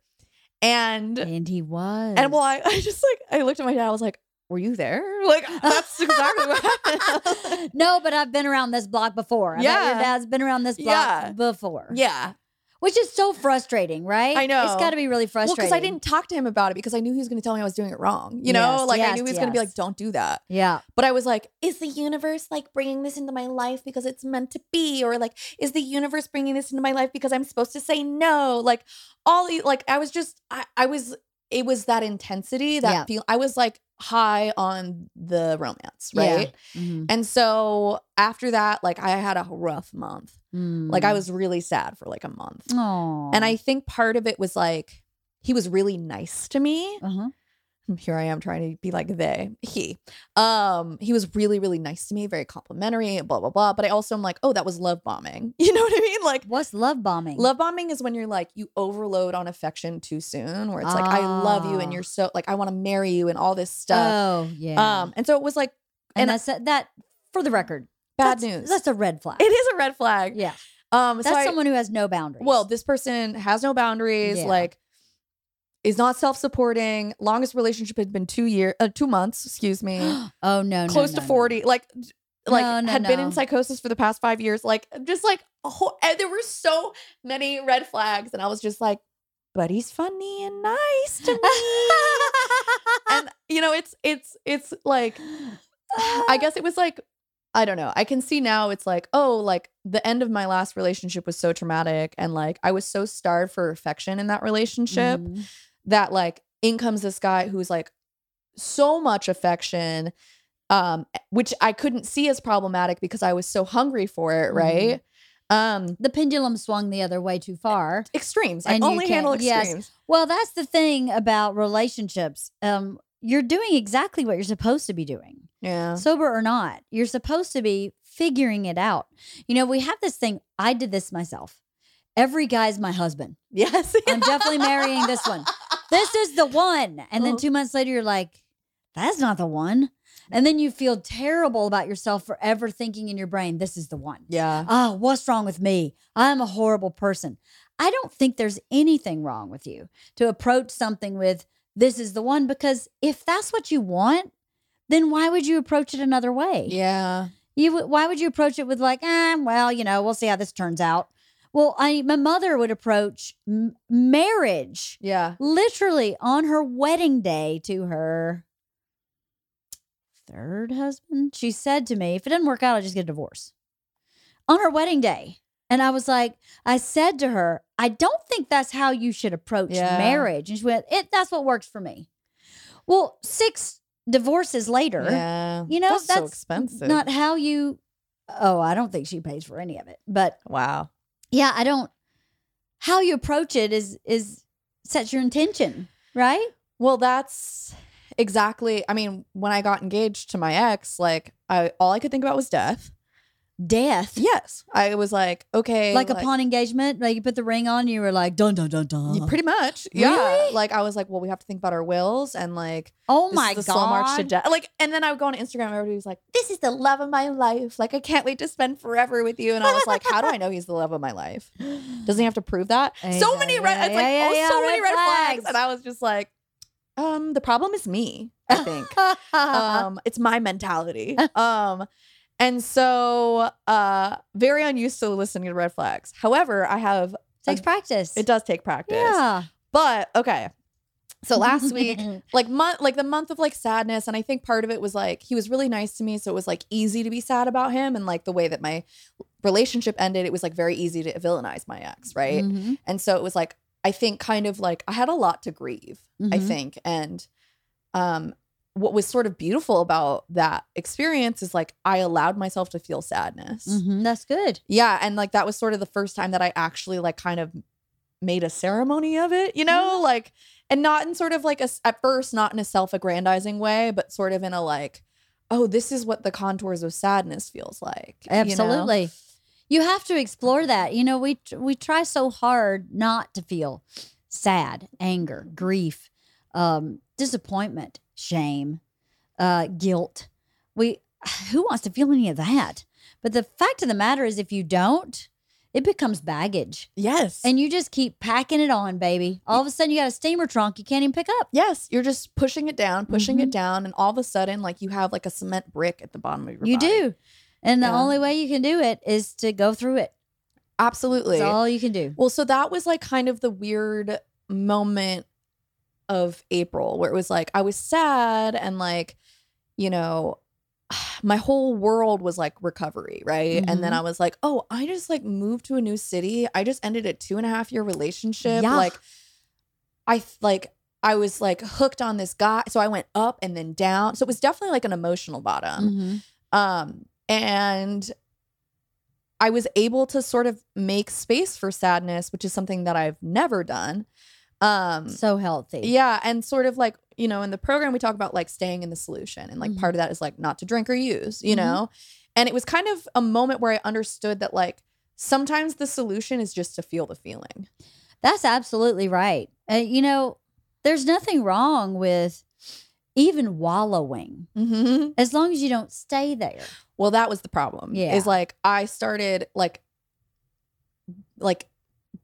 And and he was. and [laughs] well, I, I just like I looked at my dad. I was like, were you there? [laughs] Like that's exactly what happened. [laughs] [laughs] no, but I've been around this block before. I bet Yeah. your dad's been around this block Yeah. before. yeah. which is so frustrating, right? I know. it's got to be really Well, frustrating. because I didn't talk to him about it because I knew he was going to tell me I was doing it wrong. You know, Yes, like I yes, knew he was going to be yes. like, don't do that. Yeah, But I was like, is the universe like bringing this into my life because it's meant to be? Or like, is the universe bringing this into my life because I'm supposed to say no? Like, all the- like, I was just, I, I was, it was that intensity, that Yeah. feel. I was like high on the romance, Yeah. right? Mhm. And so after that, like, I had a rough month. Mm-hmm. Like, Mm. I was really sad for like a month. Aww. Uh-huh. And I think part of it was like, he was really nice to me. uh-huh. here I am trying to be like they. He. Um, he was really, really nice to me, very complimentary, blah, blah, blah. But I also am like, oh, that was love bombing. [laughs] You know what I mean? Like What's love bombing? love bombing is when you're like you overload on affection too soon, where it's like, I love you and Ah. you're so like I want to marry you and all this stuff. Oh yeah. Um, and so it was like and and I- that's uh, that. For the record, bad that's- news. That's a red flag. it is a red flag. yeah, Um that's so I- someone who has no boundaries. well, this person has no boundaries, Yeah. like is not self-supporting. Longest relationship had been two year, uh, two months, excuse me, [gasps] oh [gasps] no, no, close no, to no. [laughs] forty. Like, like No, no, had been no. in psychosis for the past five years. Like, just like a whole, and there were so many red flags, and I was just like, but he's funny and nice to [laughs] me. and you know, it's it's it's like I guess it was like, I don't know. I can see now it's like, oh, like the end of my last relationship was so traumatic. And like, I was so starved for affection in that relationship Mhm. that like, in comes this guy who's like so much affection, um, which I couldn't see as problematic because I was so hungry for it. Mhm. Right. Um, The pendulum swung the other way too far. extremes. And I you only can't- handle yes. extremes. Well, that's the thing about relationships. Um, you're doing exactly what you're supposed to be doing. Yeah. sober or not, you're supposed to be figuring it out. You know, we have this thing. I did this myself. Every guy's my husband. Yes. I'm definitely marrying this one. This is the one. And then Uh-huh. two months later, you're like, that's not the one. And then you feel terrible about yourself forever thinking in your brain, this is the one. [laughs] yeah. Ah, what's wrong with me? I'm a horrible person. I don't think there's anything wrong with you to approach something with, this is the one, because if that's what you want, then why would you approach it another way? Yeah. You would- why would you approach it with like, eh, well, you know, we'll see how this turns out. Well, I my mother would approach m- marriage Yeah. literally on her wedding day to her third husband. She said to me, "If it doesn't work out, I'll just get a divorce." On her wedding day, and I was like, I said to her, "I don't think that's how you should approach Yeah. marriage." And she went, "It that's what works for me." Well, six divorces later, Yeah. you know, that's, that's, so expensive. Not how you. Oh, I don't think she pays for any of it. But wow. yeah, I don't. How you approach it is is sets your intention, right? Well, that's exactly. I mean, when I got engaged to my ex, like I all I could think about was death. Death, Yes, I was like, okay, like, upon engagement, like you put the ring on, you were like dun dun dun dun. Yeah, pretty much, yeah. Really? Like I was like, well, we have to think about our wills and like oh this my is the god! slow march to death. Like, and then I would go on Instagram. and Everybody was like, this is the love of my life. Like I can't wait to spend forever with you. And I was like, how do I know he's the love of my life? Doesn't he have to prove that? so [laughs] Yeah, many yeah, red. It's like yeah, yeah, oh, yeah, so red many red flags. flags. And I was just like, um, the problem is me. [laughs] I think. Uh-huh. um it's my mentality um and so uh very unused to listening to red flags however i have takes practice. it does take practice Yeah. but okay [laughs] so last week like month like the month of like sadness and i think part of it was like he was really nice to me so it was like easy to be sad about him and like the way that my relationship ended it was like very easy to villainize my ex right Mhm, and so it was like i think kind of like i had a lot to grieve I mhm. think. And um, what was sort of beautiful about that experience is like I allowed myself to feel sadness. Mhm, that's good. Yeah. And like that was sort of the first time that I actually like kind of made a ceremony of it, you know, Mhm. like, and not in sort of like a, s- at first, not in a self aggrandizing way, but sort of in a like, oh, this is what the contours of sadness feels like. you know? Absolutely. You, have to explore that. You know, we tr- we try so hard not to feel sad, anger, grief, um, disappointment, shame, uh, guilt. We [sighs] who wants to feel any of that? But the fact of the matter is if you don't, it becomes baggage. Yes. And And you just keep packing it on, baby. All of a sudden you got a steamer trunk you can't even pick up. yes, you're just pushing it down, pushing Mm-hmm. it down. And all of a sudden, like you have like a cement brick at the bottom of your You body. do. And the Yeah. only way you can do it is to go through it. Absolutely. That's all you can do. Well, so that was like kind of the weird moment of April where it was like I was sad and like, you know, [sighs] my whole world was like recovery, right? And then Mhm. I was like, oh, I just like moved to a new city. I just ended a two and a half year relationship. Yeah. Like, I th- like, I was like hooked on this guy. So I went up and then down. So it was definitely like an emotional bottom Mhm. um and i was able to sort of make space for sadness which is something that i've never done um Mm-hmm. So healthy. yeah and sort of like you know, in the program, we talk about like staying in the solution. And like Mhm. part of that is like not to drink or use, you Mhm. know? And it was kind of a moment where I understood that like sometimes the solution is just to feel the feeling. That's absolutely right. Uh, you know, there's nothing wrong with even wallowing Mm-hmm. as long as you don't stay [laughs] there. Well, that was the problem. Yeah. Is like I started like like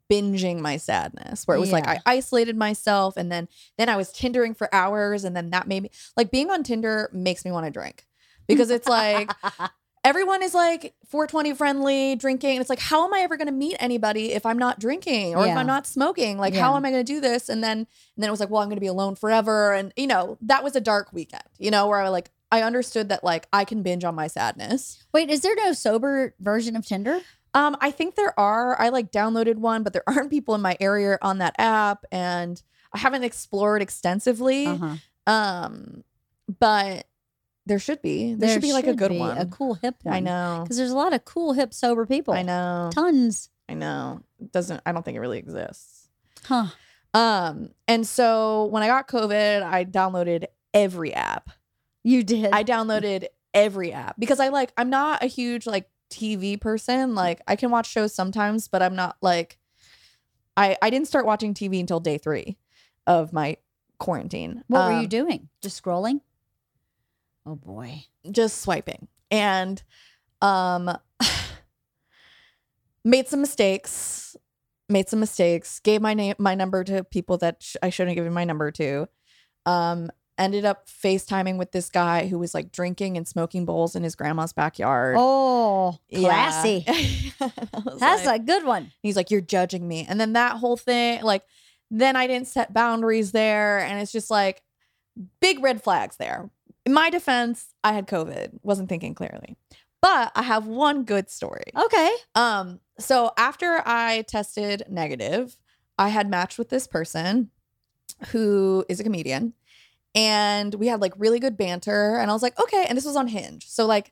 binging my sadness where it was like Yeah. I isolated myself and then then I was Tindering for hours and then that made me like being on Tinder makes me want to drink. Because it's like [laughs] everyone is like 420 friendly drinking. And it's like, how am I ever going to meet anybody if I'm not drinking or if Yeah. I'm not smoking? Like, Yeah. how am I going to do this? And then, and then it was like, well, I'm going to be alone forever. And you know, that was a dark weekend, you know, where I like, I understood that like I can binge on my sadness. Wait, is there no sober version of Tinder? Um, I think there are, I like downloaded one, but there [laughs] aren't people in my area on that app. And I haven't explored extensively. Uh-huh. Um, but there should be, there, should be like a good be one. a cool hip one. I know. because there's a lot of cool hip sober people. I know. tons, I know. It doesn't I don't think it really exists. huh? Um and so when I got COVID, I downloaded every app. You did. I downloaded every app because I like I'm not a huge like TV Mm-hmm. person. Like I can watch shows sometimes, but I'm not like I I didn't start watching TV until day 3 of my quarantine. what were Um, you doing? Just scrolling. Oh boy. just swiping and um [sighs] made some mistakes made some mistakes gave my name my number to people that sh- i shouldn't have given my number to um ended up facetiming with this guy who was like drinking and smoking bowls in his grandma's backyard Oh, Yeah. classy. And [laughs] I was That's like- a good one. He's like, you're judging me. And then that whole thing, like, then I didn't set boundaries there. And it's just like big red flags there. In my defense, I had COVID, wasn't thinking clearly. But I have one good story. Okay. Um, so after I tested negative, I had matched with this person who is a comedian. And we had like really good banter. And I was like, okay. And this was on Hinge. So like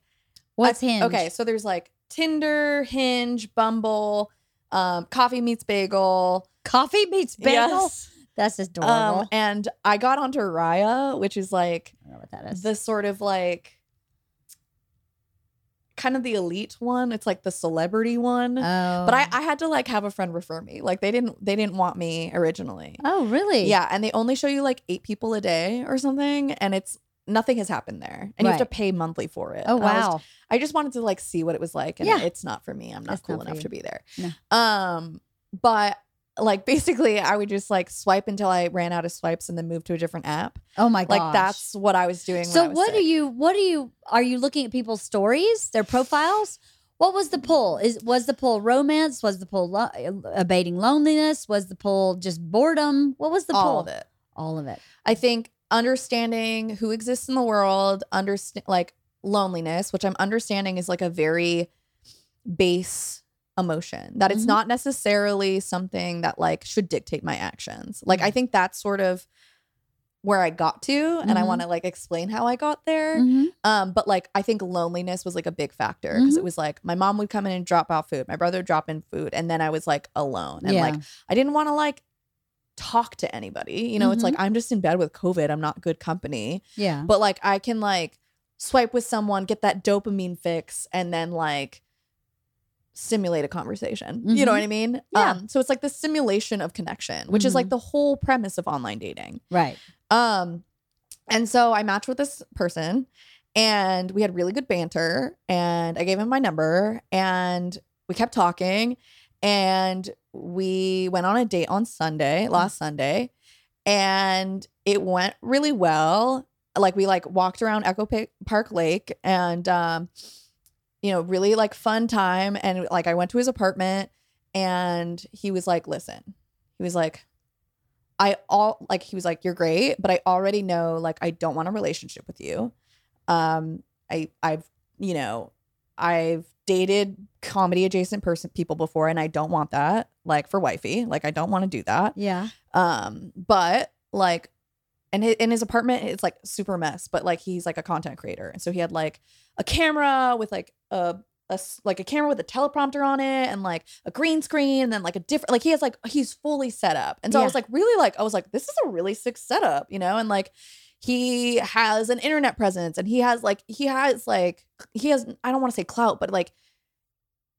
What's I- Hinge? Okay, so there's like Tinder, Hinge, Bumble, um, Coffee Meets Bagel, Coffee meets bagel. That's adorable. Um, and I got onto Raya, which is like I don't know what that is. the sort of like kind of the elite one. It's like the celebrity one. oh. But I, I had to like have a friend refer me. Like they didn't they didn't want me originally. Oh really? Yeah, and they only show you like eight people a day or something, and it's nothing has happened there, and you have to Right. pay monthly for it. Oh And I was wow. I just wanted to like see what it was like, and Yeah. it's not for me. I'm not It's cool not for enough you. to be there. No. Um, but like [laughs] basically, I would just like swipe until I ran out of swipes, and then move to a different app. oh my gosh. Like that's what I was doing. So what are you? What are you? Are you looking at people's stories, their profiles? What was the pull? Is was the pull romance? Was the pull lo- uh, abating loneliness? Was the pull just boredom? What was the pull? all of it? All of it. I think understanding who exists in the world, understand like loneliness, which I'm understanding is like a very base emotion that it's Mhm. not necessarily something that like should dictate my actions. Like I think that's sort of where I got to and I Mhm. want to like explain how I got there. Mm-hmm. Um but like I think loneliness was like a big factor because it was like my mom would come in and drop out food, my brother would drop in food and then I was like alone and yeah. like I didn't want to like talk to anybody. You know, it's Mm-hmm. like I'm just in bed with COVID. I'm not good company. yeah. But like I can like swipe with someone, get that dopamine fix, and then like simulate a conversation. You know what I mean? Mm-hmm. Yeah. Mm-hmm. Um, so it's like the simulation of connection, which is like the whole premise of online dating. Right. Um, and so I matched with this person and we had really good banter and I gave him my number and we kept talking and we went on a date on Sunday, last Sunday, and it went really well. Like we like walked around Echo Pa- Park Lake and um you know, really like fun time and like I went to his apartment and he was like, "Listen." He was like, I all like he was like, You're great, but I already know like I don't want a relationship with you. Um, I I've you know, I've dated comedy adjacent person people before and I don't want that, like for wifey. Like I don't want to do that. Yeah. Um, but like and hi- in his apartment, it's like super mess, but like he's like a content creator. And so he had like a camera with like a a s- like a camera with a teleprompter on it and like a green screen and then like a different like he has like he's fully set up. And so I Yeah. was like really like I was like this is a really sick setup, you know? And like he has an internet presence and he has like he has like he has I don't want to say clout, but like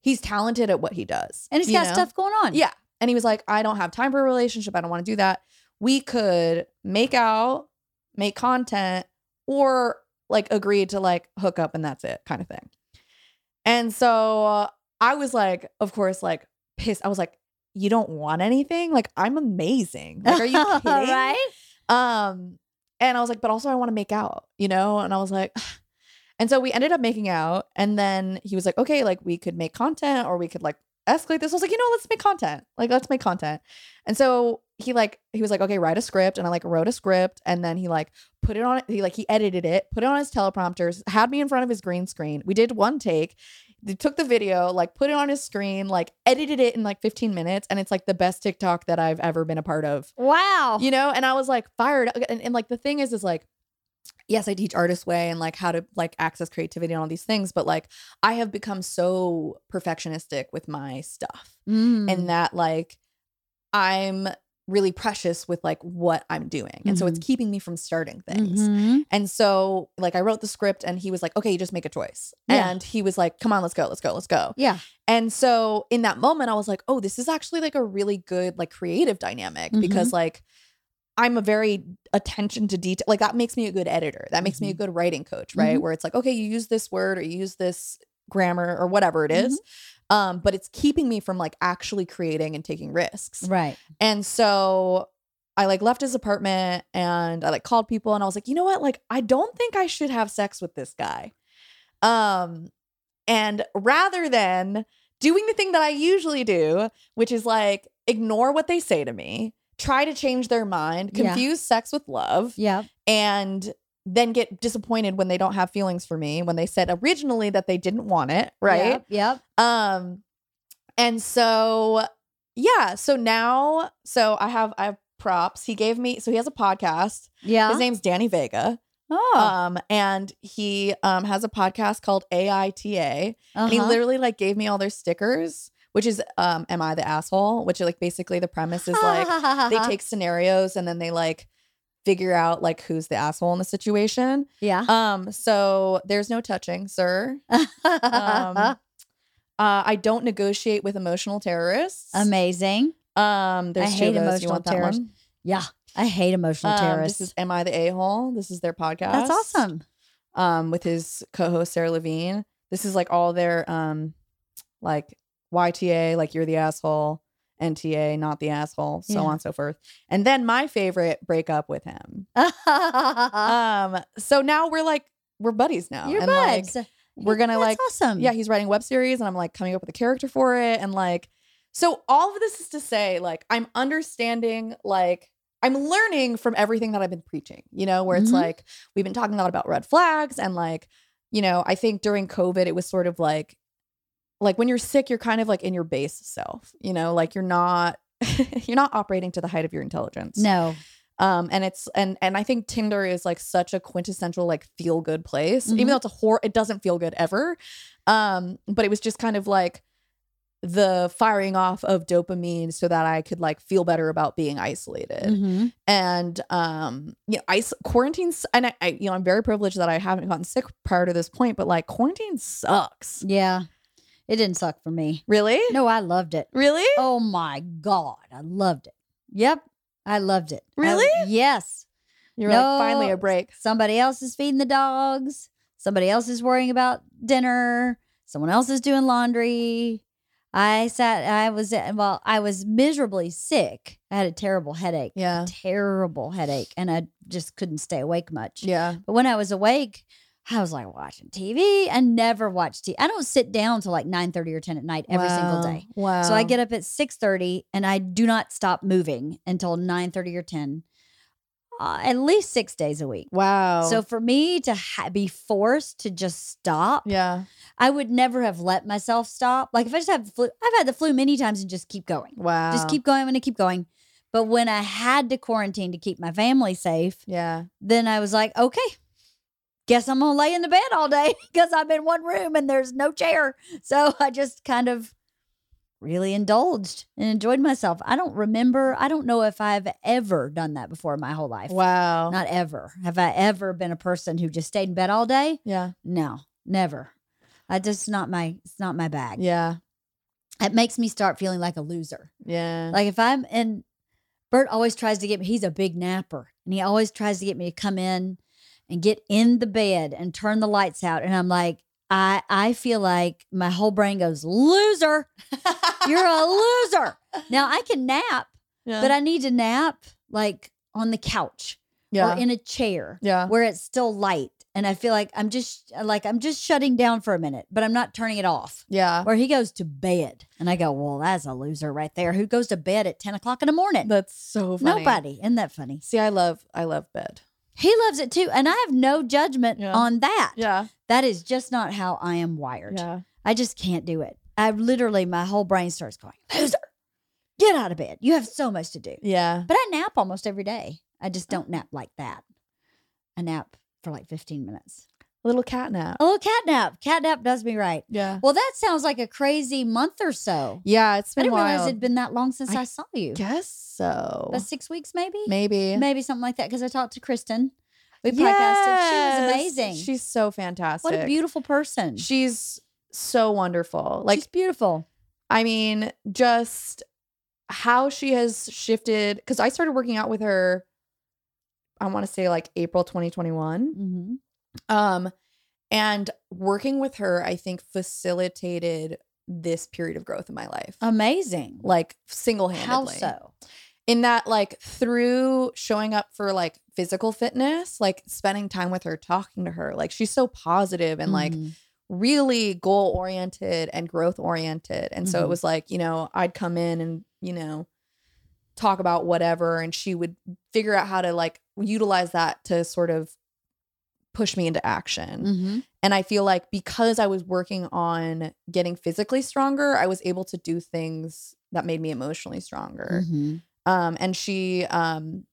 he's talented at what he does. and he's you got know? stuff going on. Yeah. And he was like, I don't have time for a relationship. I don't want to do that. We could make out, make content, or like agree to like hook up and that's it kind of thing. And so uh, I was like, of course, like pissed. I was like, you don't want anything? Like, I'm amazing. Like, are you kidding? [laughs] right? Um, and I was like, but also I want to make out, you know? And I was like, [sighs] and so we ended up making out. And then he was like, okay, like we could make content or we could like escalate this. I was like, you know, let's make content. Like, let's make content. And so he like, he was like, okay, write a script. And I like wrote a script. And then he like put it on, he like, he edited it, put it on his teleprompters, had me in front of his green screen. We did one take. They took the video, like put it on his screen, like edited it in like 15 minutes. And it's like the best TikTok that I've ever been a part of Wow. you know and i was like fired up and, and like the thing is is like yes i teach artist way and like how to like access creativity and all these things but like i have become so perfectionistic with my stuff Mm-hmm. Mm. and that like i'm really precious with like what i'm doing and so it's keeping me from starting things Mm-hmm. and so like i wrote the script and he was like okay just make a choice Yeah. and he was like come on let's go let's go let's go Yeah. and so in that moment, I was like, oh, this is actually like a really good, like creative dynamic Mm-hmm. because like I'm a very attention to detail. Like that makes me a good editor. That makes me Mm-hmm. a good writing coach, right? Where it's like, okay, you use this word or you use this grammar or whatever it is. Mm-hmm. Um, but it's keeping me from like actually creating and taking risks. Right. And so I like left his apartment and I like called people and I was like, you know what? Like, I don't think I should have sex with this guy. Um, and rather than doing the thing that I usually do, which is like ignore what they say to me, try to change their mind, Yeah. confuse sex with love, Yeah. and then get disappointed when they don't have feelings for me when they said originally that they didn't want it, right? Yep. yep. Um, and so yeah, so now so I have I have props. He gave me so he has a podcast. Yeah. His name's Danny Vega. Uh-huh. oh. Um, and he um has a podcast called AITA. uh And he literally like gave me all their stickers, which is um Am I the Asshole? Which like basically the premise is [laughs] like they Uh-huh. take scenarios and then they like figure out like who's the asshole in the situation. Yeah. Um, so there's no touching, sir. Um, uh, I don't negotiate with emotional terrorists. [laughs] Amazing. Um, there's I two hate of those. You emotional want that terrorists. one? Yeah. I hate emotional Um, terrorists. this is Am I the A Hole? This is their podcast. That's [laughs] awesome. Um, with his co-host Sarah Levine. This is like all their um, like YTA, like you're the asshole. NTA, not the asshole, so Yeah. on and so forth. And then my favorite, break up with him. Oh, Um, so now we're like we're buddies now. Your and like, Uh, buds. we're gonna That's like awesome. yeah he's writing web series and i'm like coming up with a character for it and like so all of this is to say like i'm understanding like i'm learning from everything that i've been preaching you know where it's Mhm. like we've been talking a lot about red flags and like you know i think during covid it was sort of like like when you're sick you're kind of like in your base self you know like you're not [laughs] you're not operating to the height of your intelligence No. um and it's and and i think tinder is like such a quintessential like feel good place even Mhm. though it's a horror it doesn't feel good ever um but it was just kind of like the firing off of dopamine so that i could like feel better about being isolated Mhm. and um you know ice quarantine s- and I, I you know i'm very privileged that i haven't gotten sick prior to this point but like quarantine sucks Yeah. It didn't suck for me. really No, I loved it. really Oh my God. I loved it. Yep. I loved it. I- Really? yes. you're like finally No. a break Somebody else is feeding the dogs. Somebody else is worrying about dinner. Someone else is doing laundry. I sat, I was, well, I was miserably sick. I had a terrible headache, yeah terrible headache, and I just couldn't stay awake much. yeah But when I was awake, I was like watching TV. I never watch TV. I don't sit down till like 9 30 or 10 at night every single Wow. day. wow So I get up at 6:30 and I do not stop moving until 9:30 or 10 uh, at least 6 days a week. wow So for me to ha- be forced to just stop, yeah I would never have let myself stop. Like if I just have the flu, I've had the flu many times and just keep going. wow Just keep going, I'm going to keep going. But when I had to quarantine to keep my family safe, yeah then I was like, okay, guess I'm gonna lay in the bed all day [laughs] because I'm in one room and there's no chair. So I just kind of really indulged and enjoyed myself. I don't remember, I don't know if I've ever done that before in my whole life. Wow. Not ever. Have I ever been a person who just stayed in bed all day? yeah. No, never. I just not my it's not my bag. Yeah. It makes me start feeling like a loser. Yeah. [laughs] Like if I'm and Bert always tries to get me, he's a big napper and he always tries to get me to come in and get in the bed and turn the lights out. And I'm like, I I feel like my whole brain goes, loser, [laughs] you're [laughs] a loser. Now I can nap, yeah. but I need to nap like on the couch yeah. or in a chair yeah. where it's still light. And I feel like I'm just like I'm just shutting down for a minute, but I'm not turning it off. Yeah. Uh, Where he goes to bed, and I go, well, that's a loser right there. Who goes to bed at ten o'clock in the morning? That's so funny. Nobody. Isn't that funny? See, I love I love bed. He loves it too. And I have no judgment Yeah. on that. Yeah. That is just not how I am wired. Yeah. I just can't do it. I literally, my whole brain starts going, loser, get out of bed. You have so much to do. Yeah. But I nap almost every day. I just don't nap like that. I nap for like 15 minutes. A little cat nap. A little cat nap. Cat nap does me right. Yeah. Well, that sounds like a crazy month or so. Yeah, it's I been didn't realize wild. it'd been that long since I, I saw you. Guess so. About six weeks, maybe? Maybe. Maybe something like that. Because I talked to Kristen. We podcasted. Yes. She was amazing. She's so fantastic. What a beautiful person. She's so wonderful. Like She's beautiful. I mean, just how she has shifted cuz I started working out with her I want to say like April 2021. Mm-hmm. Um and working with her I think facilitated this period of growth in my life. Amazing. like single-handedly. Um, How so? in that like through showing up for like physical fitness like spending time with her talking to her like she's so positive and like Mhm. really goal oriented and growth oriented and so Mhm. it was like you know i'd come in and you know talk about whatever and she would figure out how to like utilize that to sort of push me into action Mhm. and I feel like because I was working on getting physically stronger, I was able to do things that made me emotionally stronger. Mhm. Um, and she, um,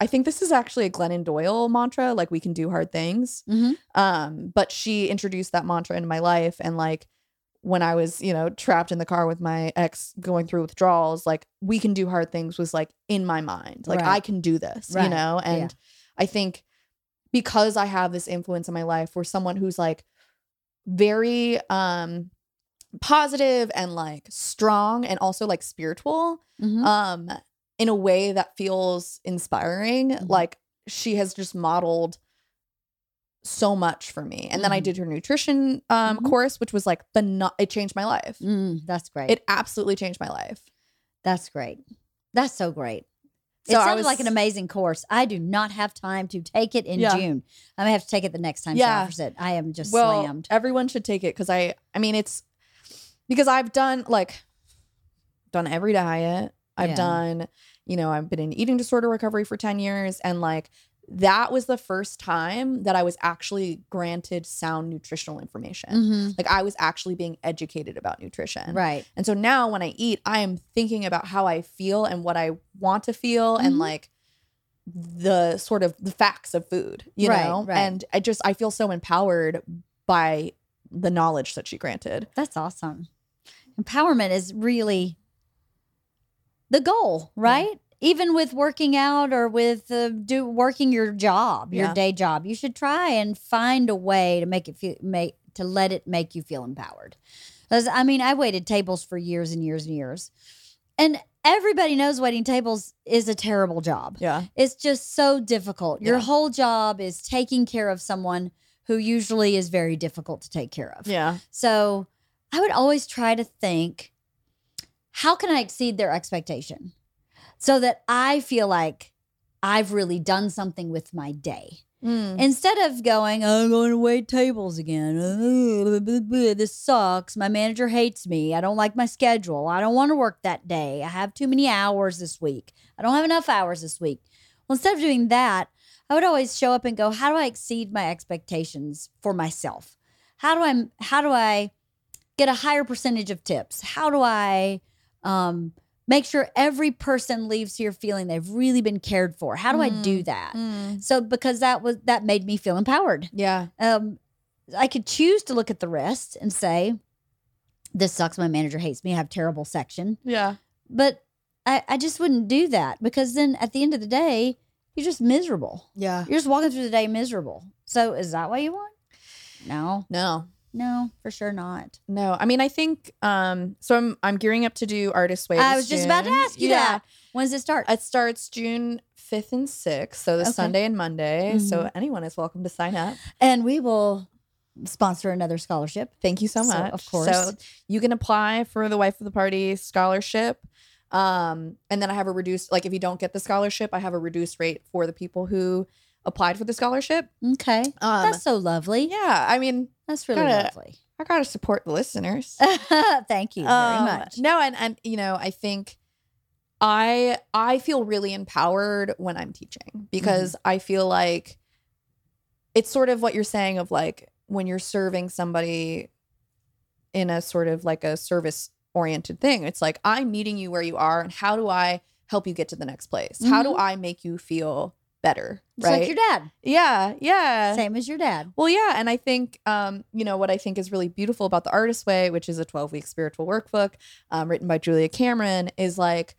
I think this is actually a Glennon Doyle mantra, like we can do hard things. Mhm. Um, but she introduced that mantra into my life. And like when I was, you know, trapped in the car with my ex going through withdrawals, like we can do hard things was like in my mind. Like Right. I can do this, Right. you know? And I think because I have this influence in my life where someone who's like very um positive and like strong and also like spiritual Mhm. um in a way that feels inspiring Mhm. like she has just modeled so much for me and then i Mhm. did her nutrition um Mhm. course which was like but it changed my life Mm, that's great. it absolutely changed my life that's great. That's so great. It So I sounded was- like an amazing course. I do not have time to take it in Yeah. June. I may have to take it the next time she Yeah. offers it. I am just well slammed. everyone should take it because i i mean it's because i've done like done every diet i've Yeah. done you know i've been in eating disorder recovery for 10 years and like that was the first time that i was actually granted sound nutritional information Mhm. like i was actually being educated about nutrition Right. and so now when i eat i am thinking about how i feel and what i want to feel and Mhm. like the sort of the facts of food you Right, know right. and i just i feel so empowered by the knowledge that she granted That's awesome. Empowerment is really the goal, right? Even with working out or with uh, do working your job, your Yeah. day job, you should try and find a way to make it feel make to let it make you feel empowered. 'Cause, I mean, I waited tables for years and years and years, and everybody knows waiting tables is a terrible job. yeah It's just so difficult. Your Yeah. whole job is taking care of someone who usually is very difficult to take care of. yeah So I would always try to think, how can I exceed their expectation so that I feel like I've really done something with my day? Mm. Instead of going, "Oh, I'm going to wait tables again. [laughs] Uh, blah, blah, This sucks. My manager hates me. I don't like my schedule. I don't want to work that day. I have too many hours this week. I don't have enough hours this week. Well, instead of doing that, I would always show up and go, how do I exceed my expectations for myself? How do I how do I get a higher percentage of tips? How do I um, Make sure every person leaves here feeling they've really been cared for. How do I do Mm, that? So because that was that made me feel empowered. Yeah. Um, I could choose to look at the rest and say, "This sucks. My manager hates me. I have terrible section." Yeah. But I, I just wouldn't do that because then at the end of the day, you're just miserable. Yeah. You're just walking through the day miserable. So is that what you want? No, No. no, for sure not. No. I mean, I think um so I'm I'm gearing up to do artist waves. I was just about to June. ask you Yeah. that. When does it start? It starts June 5th and 6th, so Okay. this Mm-hmm. Sunday and Monday. So anyone is welcome to sign up. and we will sponsor another scholarship. Thank you so So, much. of course. So you can apply for the Wife of the Party scholarship. Um, and then I have a reduced, like if you don't get the scholarship, I have a reduced rate for the people who applied for the scholarship. Okay. Um, That's so lovely. yeah, I mean, That's really Gotta- lovely. [laughs] I gotta support the listeners. Thank you Um, very much. No, and and you know, I think I I feel really empowered when I'm teaching because Mm-hmm. I feel like it's sort of what you're saying of like when you're serving somebody in a sort of like a service oriented thing. It's like I'm meeting you where you are and how do I help you get to the next place? How do I make you feel better? Mm-hmm. It's right? like your dad. yeah, yeah. Same as your dad. Well, yeah, and I think um, you know what I think is really beautiful about the Artist Way, which is a twelve-week spiritual workbook um, written by Julia Cameron, is like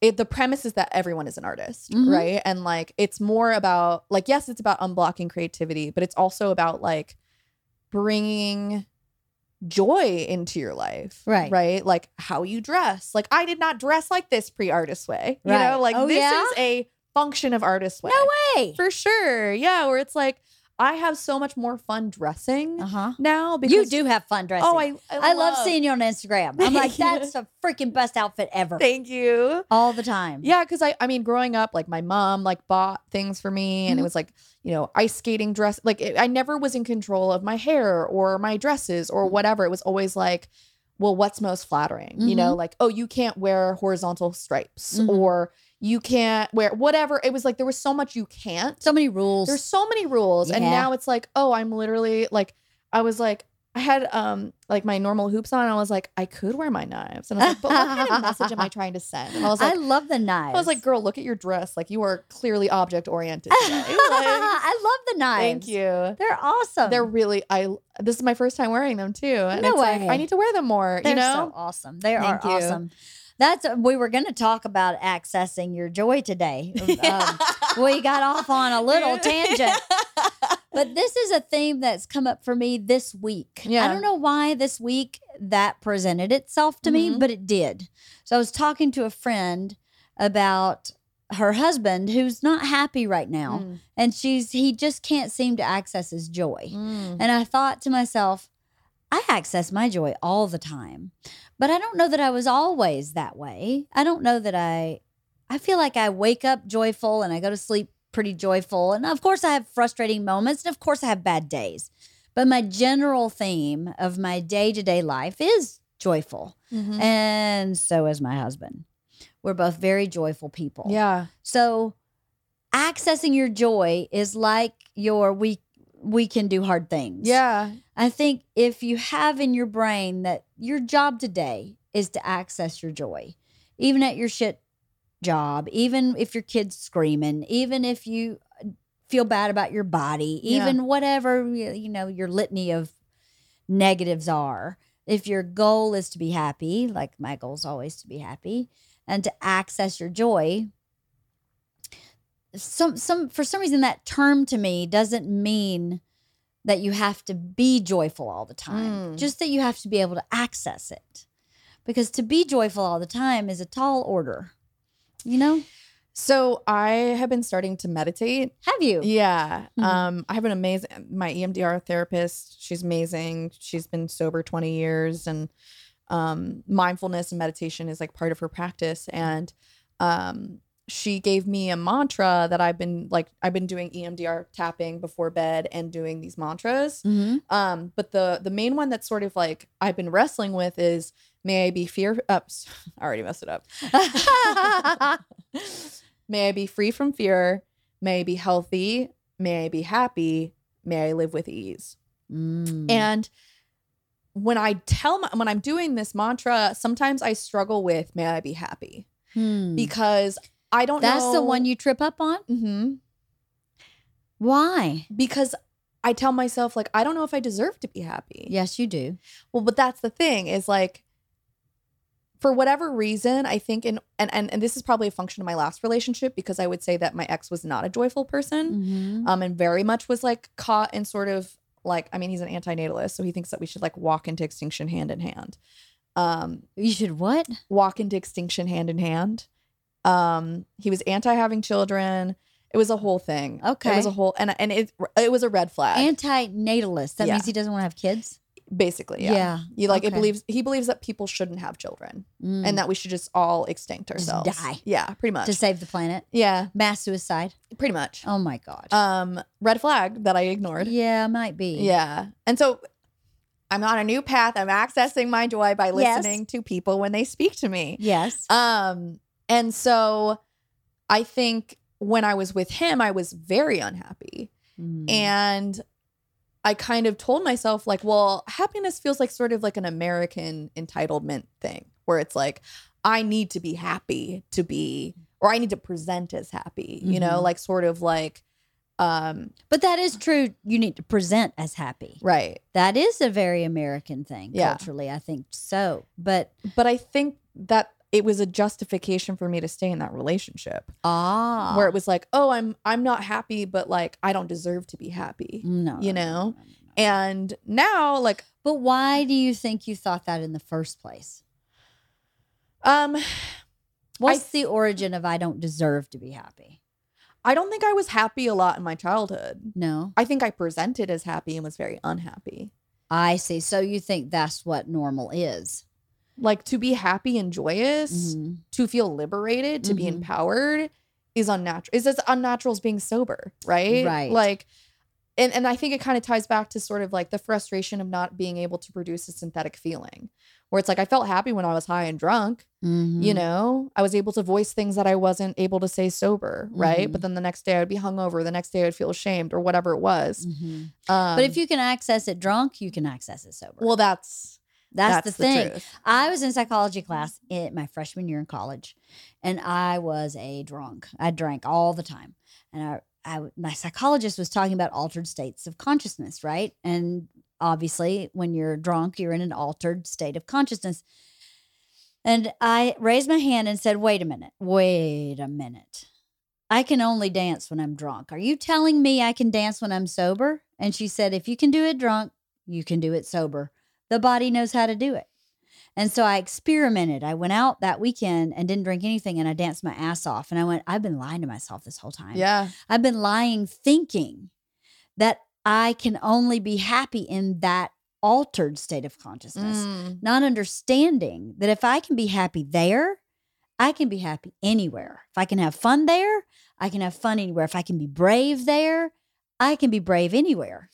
it, the premise is that everyone is an artist, Mhm. right? And like it's more about like yes, it's about unblocking creativity, but it's also about like bringing joy into your life, Right. Right, like how you dress. Like I did not dress like this pre-Artist Way, you Right. know. Like Oh, this yeah? is a function of Artist Way. Hey. For sure. Yeah. Where it's like, I have so much more fun dressing Uh huh. now because You do have fun dressing. Oh, I, I, I love seeing you on Instagram. I'm [laughs] like, that's the freaking best outfit ever. Thank you. All the time. Yeah, because I, I mean, growing up, like my mom like bought things for me, and it Mhm. was like, you know, ice skating dress. Like it, I never was in control of my hair or my dresses Mm-hmm. or whatever. It was always like, well, what's most flattering? You know, Mm-hmm. like oh, you can't wear horizontal stripes, Mhm. or you can't wear whatever. It was like there was so much you can't. So many rules. There's so many rules, and Yeah. now it's like, oh, I'm literally like, I was like, I had um like my normal hoops on, and I was like, I could wear my knives, and I was like, but what kind of [laughs] message am I trying to send? And I was like, I, love the knives. [laughs] was like, girl, look at your dress, like you are clearly object oriented. [laughs] I love the knives. thank you. They're awesome. They're really I. This is my first time wearing them too, and No it's like way. I need to wear them more. They're you know, so [laughs] awesome. They are Thank you. awesome. That's we were going to talk about accessing your joy [laughs] today. Um, we got off on a little tangent, but this is a theme that's come up for me this week. I Yeah. don't know why this week that presented itself to me, Mhm. but it did. So I was talking to a friend about her husband who's not happy right now, Mm. and she's he just can't seem to access his joy. Mm. And I thought to myself, I access my joy all the time. But I don't know that I was always that way. I don't know that I I feel like I wake up joyful and I go to sleep pretty joyful. And of course I have frustrating moments and of course I have bad days. But my general theme of my day-to-day life is joyful. [laughs] Mhm. And so is my husband. We're both very joyful people. Yeah, So accessing your joy is like your we we can do hard things. yeah, I think if you have in your brain that your job today is to access your joy, even at your shit job, even if your kid's screaming, even if you uh, feel bad about your body, Yeah. even whatever you you know your litany of negatives are, if your goal is to be happy, like my goal's always to be happy, and to access your joy, some some for some reason that term to me doesn't mean that you have to be joyful all the time. Mm. Just that you have to be able to access it. Because to be joyful all the time is a tall order. You know? So I have been starting to meditate Have you? Yeah. Mhm. Um, I have an amazing my E EMDR therapist. She's amazing. She's been sober 20 years and um mindfulness and meditation is like part of her practice and um she gave me a mantra that I've been like I've been doing E EMDR tapping before bed and doing these mantras. Mm-hmm. Um but the the main one that's sort of like I've been wrestling with is may I be fear [laughs] up I already messed it up. [laughs] may I be free from fear. May I be healthy. Mm-hmm. May I be happy. May I live with ease. And when I tell my, when I'm doing this mantra, sometimes I struggle with may I be happy Hmm. because I don't That's know. the one you trip up on? hmm Why? because I tell myself like I don't know if I deserve to be happy. Yes, you do. Well, but that's the thing is like for whatever reason, I think in and and, and this is probably a function of my last relationship because I would say that my ex was not a joyful person. Mhm. Um and very much was like caught in sort of like I mean he's an antinatalist, so he thinks that we should like walk into extinction hand in hand. Um You should what? walk into extinction hand in hand. Um, he was anti having children. It was a whole thing. it Okay. was a whole and and it it was a red flag. Antinatalist. That Uh, Yeah. means he doesn't want to have kids. basically, yeah. You like it okay. believes he believes that people shouldn't have children Mm. and uh, that we should just all extinct ourselves. die. Yeah, pretty much. to save the planet. yeah, Mass suicide. pretty much. Oh my God. Um, red flag that I ignored. yeah, might be. Yeah. And so I'm on a new path. I'm accessing my joy by Yes. listening to people when they speak to me. Yes. Um, and so I think when I was with him, I was very unhappy. Mm. And I kind of told myself, like, well, happiness feels like sort of like an American entitlement thing where it's like, I need to be happy to be, or I need to present as happy, you know, Mhm. like sort of like, um, but that is true. You need to present as happy. right. That is a very American thing Yeah. culturally. I think so. But But I think that it was a justification for me to stay in that relationship ah, where it was like, oh, I'm, I'm not happy, but like, I don't deserve to be happy. no, you no, no, know? no, no, no. And now, like, But why do you think you thought that in the first place? um, What's the origin of I don't deserve to be happy? I don't think I was happy a lot in my childhood. No, I think I presented as happy and was very unhappy. I see. So you think that's what normal is? Like to be happy and joyous, Mhm. to feel liberated, to be Mhm. empowered is unnatural. Is as unnatural as being sober, right? Right. Like and and I think it kind of ties back to sort of like the frustration of not being able to produce a synthetic feeling. Where it's like I felt happy when I was high and drunk, Mhm. you know i was able to voice things that i wasn't able to say sober right Mm-hmm. but then the next day i would be hungover the next day i would feel ashamed or whatever it was Mhm. um, But if you can access it drunk, you can access it sober. well that's that's, the thing. truth. I was in psychology class in my freshman year in college, and I was a drunk. I drank all the time, and I, I my psychologist was talking about altered states of consciousness, right? And obviously, when you're drunk, you're in an altered state of consciousness. And I raised my hand and said, "Wait a minute! Wait a minute! I can only dance when I'm drunk. Are you telling me I can dance when I'm sober?" And she said, "If you can do it drunk, you can do it sober. The body knows how to do it." And so I experimented. I went out that weekend and didn't drink anything and I danced my ass off. And I went, I've been lying to myself this whole time. yeah I've been lying thinking that I can only be happy in that altered state of consciousness, Mm. not understanding that if I can be happy there, I can be happy anywhere. If I can have fun there, I can have fun anywhere. If I can be brave there, I can be brave anywhere.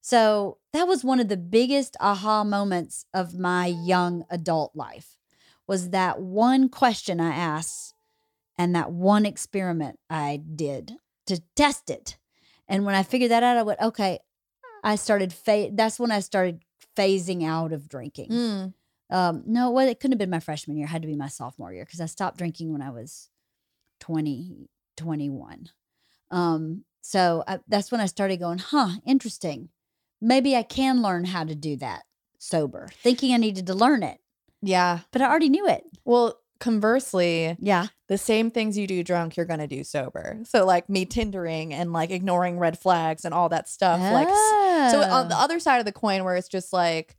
So that was one of the biggest aha moments of my young adult life was that one question I asked and that one experiment I did to test it. And when I figured that out, I went, okay, I started, fa- that's when I started phasing out of drinking. Mm. Um, no, well, it couldn't have been my freshman year. It had to be my sophomore year because I stopped drinking when I was 20, 21. Um, so I, that's when I started going, huh, interesting. Maybe I can learn how to do that sober, thinking I needed to learn it, yeah but I already knew it. well conversely Yeah. the same things you do drunk you're gonna do sober so like me tindering and like ignoring red flags and all that stuff like s- So on the Oh. other side of the coin, where it's just like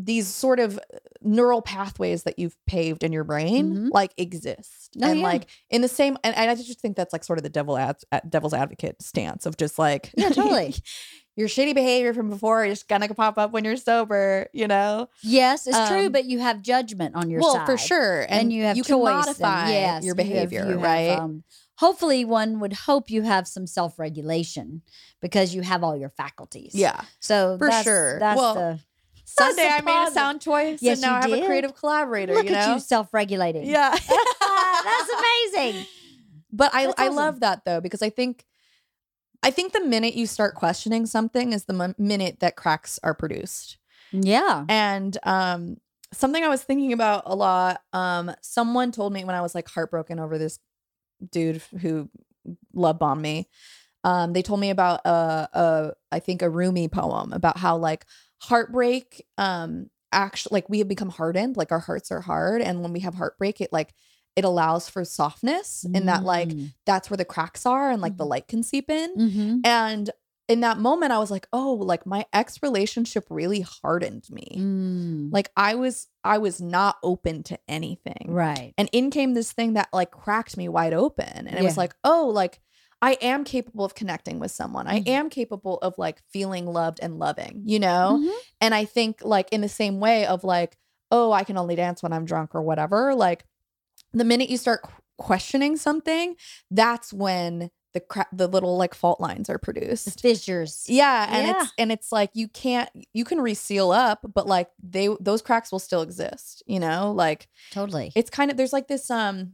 these sort of uh, neural pathways that you've paved in your brain, Mhm. like exist, Oh, and yeah. like in the same. And, and I just think that's like sort of the devil ad, ad- devil's advocate stance of just like Yeah, totally. [laughs] your shitty behavior from before is gonna pop up when you're sober, you know. [laughs] yes, it's true, um, but you have judgment on your well, side. for sure, And, you have you choice. can and modify yes, your you have- behavior, you have, right? um, hopefully, one would hope you have some self regulation because you have all your faculties. yeah. So For that's, sure. That's Well, the that's the Sunday, I made a positive. sound choice, Yes, and now you I have did. a creative collaborator. Look you know, at you self regulating. [laughs] yeah. that's amazing. [laughs] But I, That's I awesome. love that though because I think I think the minute you start questioning something is the m- minute that cracks are produced. Yeah. And um, something I was thinking about a lot. Um, someone told me when I was like heartbroken over this dude who love bombed me. Um, they told me about a, a I think a Rumi poem about how like heartbreak um actually like we have become hardened, like our hearts are hard, and when we have heartbreak, it like it allows for softness in that like that's where the cracks are and like the light can seep in. Mm. Mm-hmm. And in that moment, I was like, oh, like my ex relationship really hardened me. Mm. Like I was, I was not open to anything. Right. And in came this thing that like cracked me wide open. And it was Yeah. like, oh, like I am capable of connecting with someone. I Mhm. am capable of like feeling loved and loving, you know? Mm-hmm. And I think like in the same way of like, oh, I can only dance when I'm drunk or whatever, like the minute you start qu- questioning something, that's when the cra- the little like fault lines are The produced. fissures. Yeah, and Yeah. it's and it's like you can't you can reseal up, but like they those cracks will still exist, you know? Like Totally. it's kind of there's like this um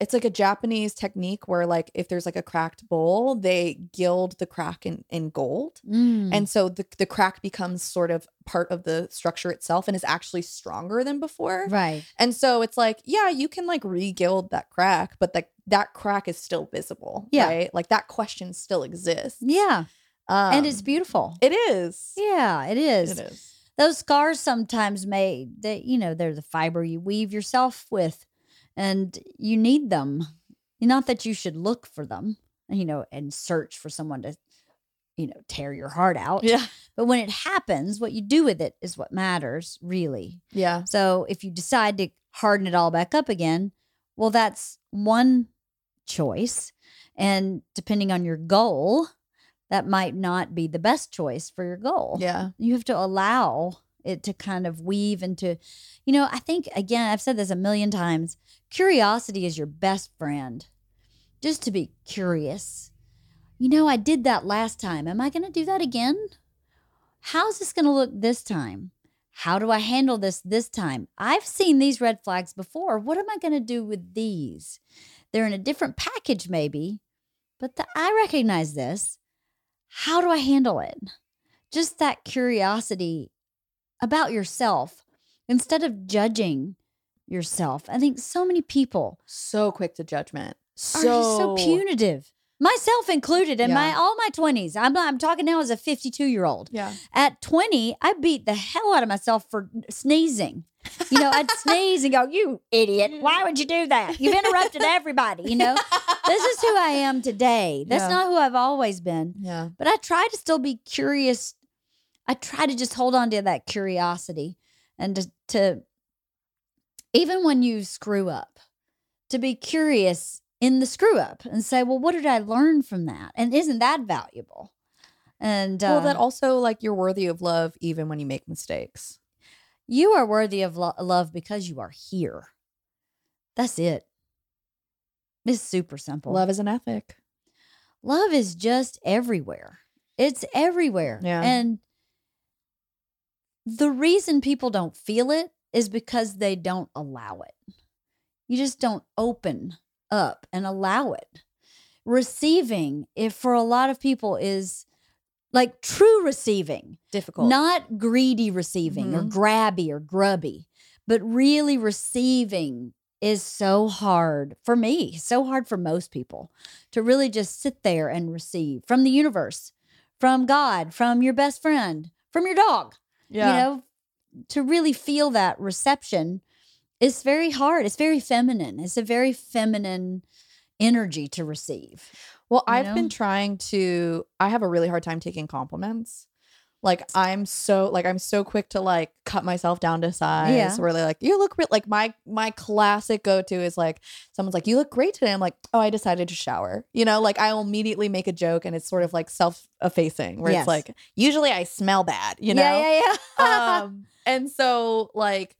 it's like a Japanese technique where like if there's like a cracked bowl, they gild the crack in, in gold. Mm. And so the, the crack becomes sort of part of the structure itself and is actually stronger than before. right. And so it's like, yeah, you can like regild that crack, but like that crack is still visible. Yeah. Right. Like that question still exists. Yeah. Um, and it's beautiful. It is. yeah, it is. It is. Those scars sometimes may that you know they're the fiber you weave yourself with, and you need them. Not that you should look for them, you know, and search for someone to, you know, tear your heart out. Yeah. But when it happens, what you do with it is what matters, really. Yeah. So if you decide to harden it all back up again, well, that's one choice. And depending on your goal, that might not be the best choice for your goal. Yeah. You have to allow it to kind of weave into, you know, I think, again, I've said this a million times curiosity is your best friend. Just to be curious. You know, I did that last time. Am I going to do that again? How's this going to look this time? How do I handle this this time? I've seen these red flags before. What am I going to do with these? They're in a different package, maybe, but the, I recognize this. How do I handle it? Just that curiosity about yourself instead of judging yourself. I think so many people So quick to judgment. are So, just so punitive. Myself included in my Yeah. all my 20s. I'm not, I'm talking now as a 52 year old. Yeah. At 20, I beat the hell out of myself for sneezing. You know, I'd sneeze and go, "You idiot. Why would you do that? You've interrupted everybody, you know?" This is who I am today. That's Yeah. not who I've always been. Yeah. But I try to still be curious. I try to just hold on to that curiosity and to, to even when you screw up, to be curious in the screw up and say, well, what did I learn from that? And isn't that valuable? And uh, well, that also like you're worthy of love even when you make mistakes. you are worthy of lo- love because you are here. That's it. It's super simple. Love is an ethic. love is just everywhere. It's everywhere. Yeah. And the reason people don't feel it is because they don't allow it. You just don't open up and allow it. Receiving, if for a lot of people is like true receiving, Difficult. not greedy receiving or Mhm. grabby or grubby, but really receiving is so hard for me, so hard for most people to really just sit there and receive from the universe, from God, from your best friend, from your dog. You know, to really feel that reception is very hard. It's very feminine. It's a very feminine energy to receive. Well, you I've know? been trying to I have a really hard time taking compliments. Like I'm so like I'm so quick to like cut myself down to size Yeah. where they're like, you look re-, like my my classic go-to is like someone's like, You look great today. I'm like, Oh, I decided to shower. You know, like I'll immediately make a joke and it's sort of like self effacing where Yes. it's like, usually I smell bad, you know? Yeah, yeah, yeah. um, and so like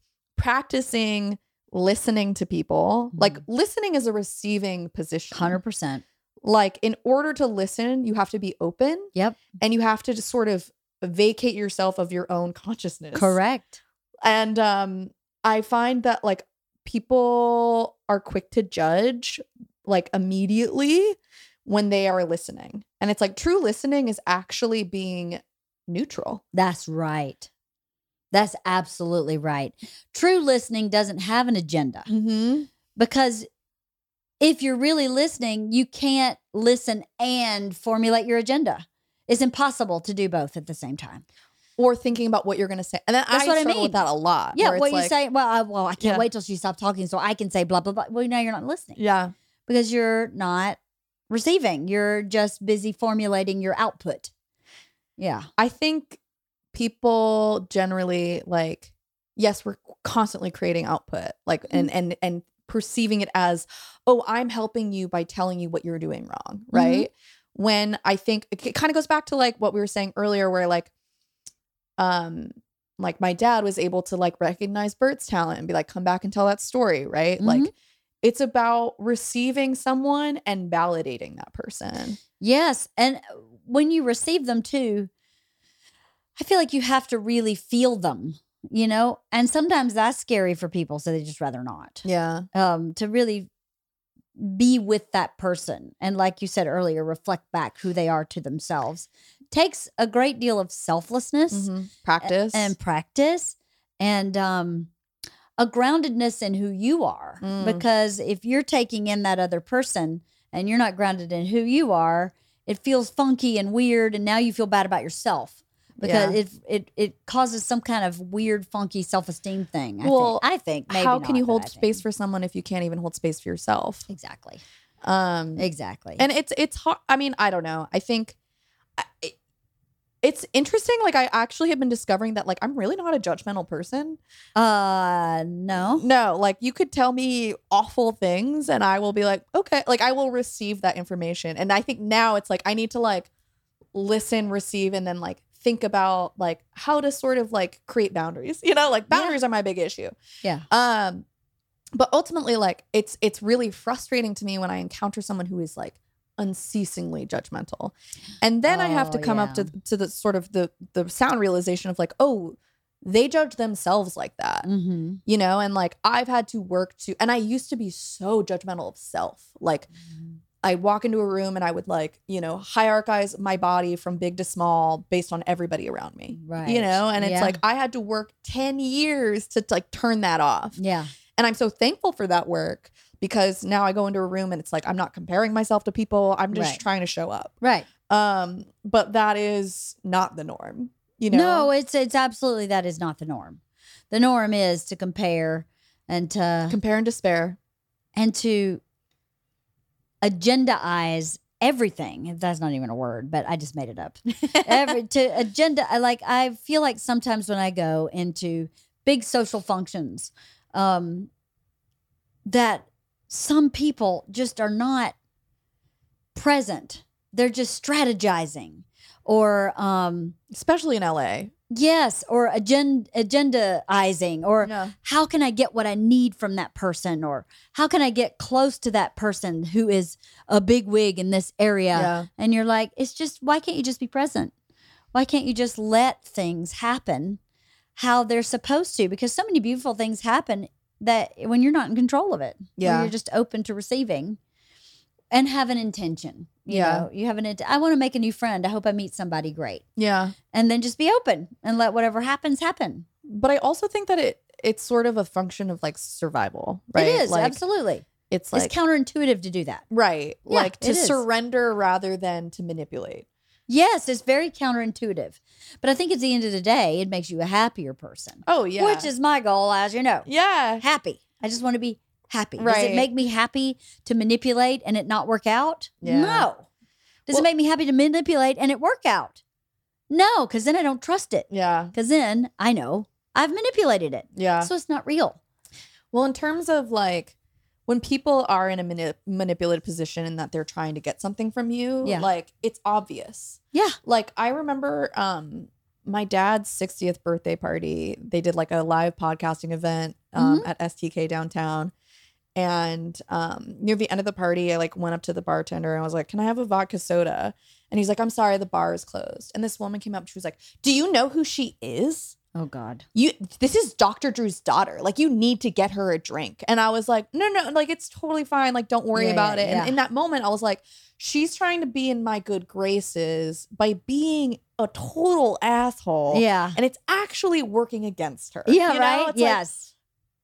practicing listening to people like Mhm. listening is a receiving position 100%. like in order to listen you have to be open Yep. and you have to just sort of vacate yourself of your own consciousness Correct. and um i find that like people are quick to judge like immediately when they are listening. And it's like true listening is actually being neutral. That's right. That's absolutely right. True listening doesn't have an agenda Mm-hmm. because if you're really listening, you can't listen and formulate your agenda. It's impossible to do both at the same time. Or thinking about what you're going to say. And then That's I what I struggle mean. with that a lot. Yeah, where it's what you like- say. Well, I, well, I can't Yeah. wait till she stops talking so I can say blah blah blah. Well, now you're not listening Yeah. because you're not receiving. You're just busy formulating your output. Yeah, I think people generally like yes, we're constantly creating output like and and and perceiving it as oh, I'm helping you by telling you what you're doing wrong, right? When I think it, kind of goes back to like what we were saying earlier where like um like my dad was able to like recognize Bert's talent and be like come back and tell that story, right? Like it's about receiving someone and validating that person. Yes. And uh, when you receive them too, I feel like you have to really feel them, you know? And sometimes that's scary for people. So they just rather not Yeah. um, to really be with that person. And like you said earlier, reflect back who they are to themselves. Takes a great deal of selflessness Mm-hmm. Practice. and practice and um a groundedness in who you are Mm. because if you're taking in that other person and you're not grounded in who you are it feels funky and weird and now you feel bad about yourself because Yeah. it it it causes some kind of weird funky self-esteem thing I Well, think. i think maybe how can not, you but hold I think. space for someone if you can't even hold space for yourself exactly um exactly and it's it's hard i mean i don't know i think I- it, it's interesting like i actually have been discovering that like i'm really not a judgmental person uh no no like you could tell me awful things and i will be like okay like i will receive that information and i think now it's like i need to like listen receive and then like think about like how to sort of like create boundaries [laughs] you know like Yeah. boundaries are my big issue yeah um but ultimately like it's it's really frustrating to me when i encounter someone who is like unceasingly judgmental and then i have to Oh, come up yeah. to to the sort of the the sound realization of like oh they judge themselves like that mm-hmm. you know and like i've had to work to and i used to be so judgmental of self like i walk into a room and i would like you know hierarchize my body from big to small based on everybody around me Right. you know and it's Yeah. like i had to work 10 years to like turn that off yeah and I'm so thankful for that work because now I go into a room and it's like I'm not comparing myself to people. I'm just Right. trying to show up. right Um, but that is not the norm, you know. no it's it's absolutely that is not the norm the norm is to compare and to compare and despair. and to agendaize everything. That's not even a word, but I just made it [laughs] up. [laughs] Every to agenda, I like I feel like sometimes when I go into big social functions, um, that some people just are not present. They're just strategizing or um Especially in LA. yes or agenda agendaizing or Yeah. how can I get what I need from that person? Or how can I get close to that person who is a big wig in this area? Yeah. And you're like, it's just, why can't you just be present? Why can't you just let things happen how they're supposed to? Because so many beautiful things happen that when you're not in control of it, when Yeah. you're just open to receiving and have an intention. You Yeah. know, you have an, int- I want to make a new friend. I hope I meet somebody great. Yeah. And then just be open and let whatever happens happen. But I also think that it it's sort of a function of like survival, right? It is, like, absolutely. It's like it's counterintuitive to do that. right, Yeah, like to it is. surrender rather than to manipulate. Yes, it's very counterintuitive. But I think at the end of the day, it makes you a happier person, Oh yeah, which is my goal, as you know. yeah, Happy. I just want to be happy. Does it Right. make me happy to manipulate and it not work out? Yeah. No. Does Well- it make me happy to manipulate and it work out? No, because then I don't trust it. yeah, Because then I know I've manipulated it. yeah. So it's not real. Well, in terms of like when people are in a mani- manipulative position and that they're trying to get something from you, Yeah. like it's obvious. Yeah. Like I remember um my dad's 60th birthday party, they did like a live podcasting event um, Mm-hmm. at STK downtown. And um, near the end of the party, I like went up to the bartender and I was like, Can I have a vodka soda? And he's like, I'm sorry, the bar is closed. And this woman came up, she was like, Do you know who she is? Oh God. you this is Dr. Drew's daughter. Like you need to get her a drink. And I was like, no, no, like it's totally fine. Like don't worry Yeah, about yeah, it. And yeah. in that moment, I was like, she's trying to be in my good graces by being a total asshole. Yeah. And it's actually working against her. Yeah. you know? right. It's like, yes.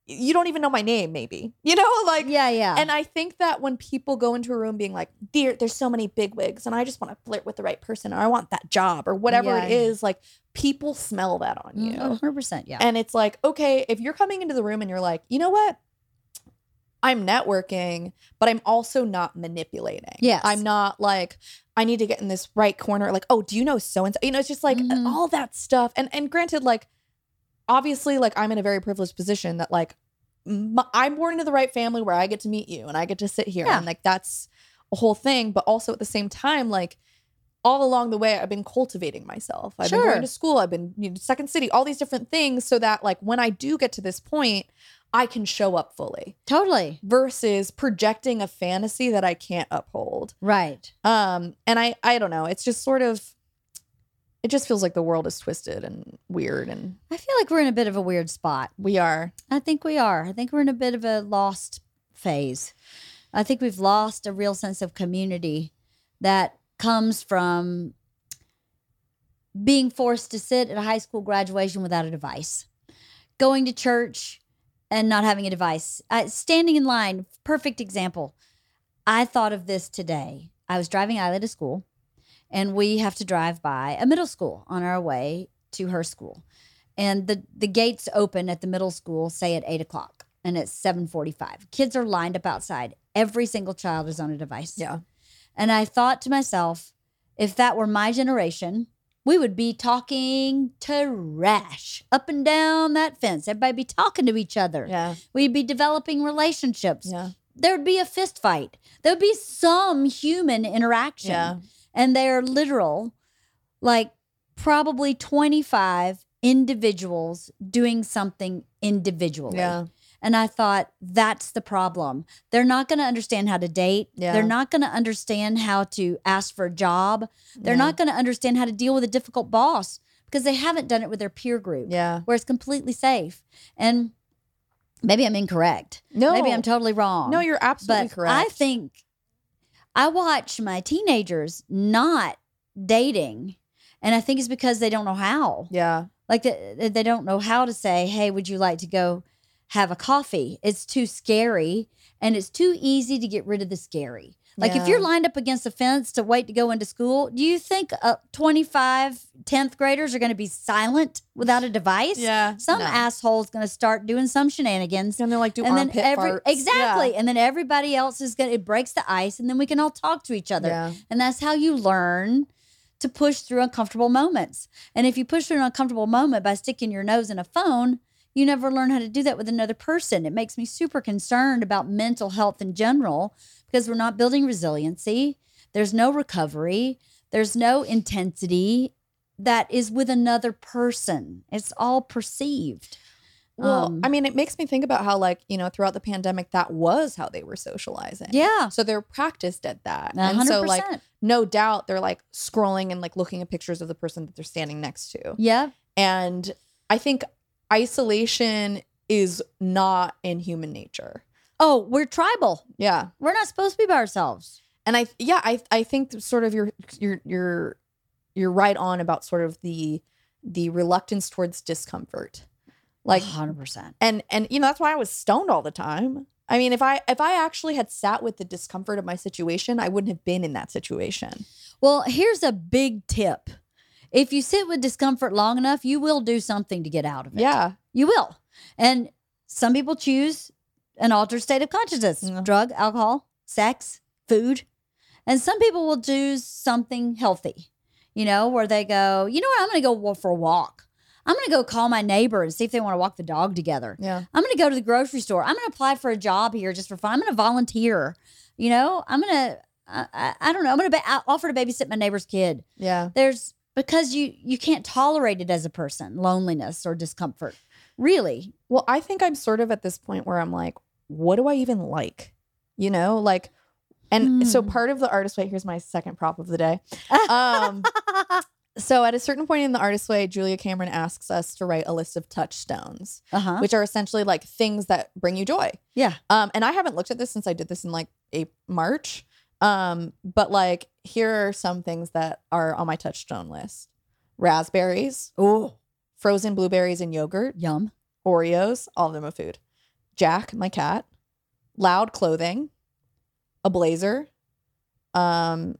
you don't even know my name, maybe. You know, [laughs] like yeah. Yeah. and I think that when people go into a room being like, "Dear, there's so many bigwigs, and I just want to flirt with the right person, or I want that job, or whatever Yeah. it is," like people smell that on you. Mm-hmm. Oh, Hundred percent. Yeah. And it's like, okay, if you're coming into the room and you're like, you know what? I'm networking, but I'm also not manipulating. Yes. I'm not like, I need to get in this right corner. Like, oh, do you know so and so? You know, it's just like Mhm. all that stuff. And and granted, like, obviously, like I'm in a very privileged position that like m I'm born into the right family where I get to meet you and I get to sit here. Yeah. And like that's a whole thing. But also at the same time, like all along the way, I've been cultivating myself. I've been Sure. going to school. I've been you know, second city, all these different things so that like when I do get to this point, I can show up fully totally. versus projecting a fantasy that I can't uphold. Right. Um, and I, I don't know. It's just sort of, it just feels like the world is twisted and weird and I feel like we're in a bit of a weird spot. we are. I think we are. I think we're in a bit of a lost phase. I think we've lost a real sense of community that comes from being forced to sit at a high school graduation without a device, going to church and not having a device, uh, standing in line. Perfect example. I thought of this today. I was driving Isla to school, and we have to drive by a middle school on our way to her school and the the gates open at the middle school say at eight o'clock and it's 7.45 kids are lined up outside every single child is on a device Yeah. and i thought to myself if that were my generation we would be talking trash up and down that fence everybody be talking to each other Yeah. we'd be developing relationships Yeah. there'd be a fist fight there'd be some human interaction Yeah. and they are literal, like probably 25 individuals doing something individually. Yeah. And I thought, that's the problem. They're not going to understand how to date. Yeah. They're not going to understand how to ask for a job. They're Yeah. not going to understand how to deal with a difficult boss because they haven't done it with their peer group Yeah. where it's completely safe. And maybe I'm incorrect. No. Maybe I'm totally wrong No, you're absolutely but correct. I think I watch my teenagers not dating, and I think it's because they don't know how. Yeah. Like they, they don't know how to say, "Hey, would you like to go have a coffee?" It's too scary, and it's too easy to get rid of the scary. Like if Yeah. you're lined up against a fence to wait to go into school, do you think uh, 25 10th graders are going to be silent without a device? Yeah. Some No. asshole's going to start doing some shenanigans And they're like, do and then armpit every farts. exactly and then everybody else is gonna it breaks the ice and then we can all talk to each Yeah. other Yeah. and that's how you learn to push through uncomfortable moments and if you push through an uncomfortable moment by sticking your nose in a phone you never learn how to do that with another person it makes me super concerned about mental health in general because we're not building resiliency there's no recovery there's no intensity that is with another person it's all perceived Well, Um, I mean, it makes me think about how, like, you know, throughout the pandemic, that was how they were socializing. yeah So they're practiced at that. And 100% so, like, no doubt they're like scrolling and like looking at pictures of the person that they're standing next to. yeah And I think isolation is not in human nature. Oh, we're tribal. Yeah. We're not supposed to be by ourselves. And I yeah, I I think that sort of you're you're you're you're right on about sort of the the reluctance towards discomfort. Like 100%. and and you know that's why I was stoned all the time. I mean, if I if I actually had sat with the discomfort of my situation, I wouldn't have been in that situation. Well, here's a big tip. If you sit with discomfort long enough, you will do something to get out of it. Yeah. You will. And some people choose an altered state of consciousness Yeah. drug, alcohol, sex, food. And some people will choose something healthy, you know, where they go, you know what? I'm going to go wa- for a walk. I'm going to go call my neighbor and see if they want to walk the dog together. Yeah. I'm going to go to the grocery store. I'm going to apply for a job here just for fun. I'm going to volunteer. You know, I'm going to, I, I, I don't know, I'm going to ba- offer to babysit my neighbor's kid. Yeah. There's because you you can't tolerate it as a person, loneliness or discomfort. [laughs] Really? Well, I think I'm sort of at this point where I'm like, what do I even like? You know, like, and so Hmm. part of the artist, wait, here's my second prop of the day. Um, So at a certain point in the artist's way, Julia Cameron asks us to write a list of touchstones, Uh huh. which are essentially like things that bring you joy. Yeah. Um, and I haven't looked at this since I did this in like a March. Um, but like here are some things that are on my touchstone list: raspberries, Oh, frozen blueberries and yogurt, yum. Oreos, all of them are food. Jack, my cat, loud clothing, a blazer, um,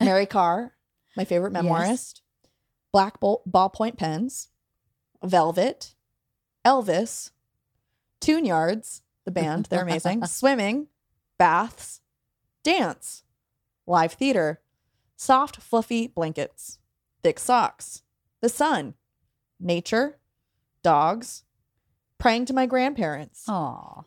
Mary Carr, my favorite Yes. memoirist, black ball- ballpoint pens, velvet, Elvis, Tune Yards, the band, they're amazing, swimming, baths, dance, live theater, soft, fluffy blankets, thick socks, the sun, nature, dogs, praying to my grandparents, Oh. [laughs] Aw.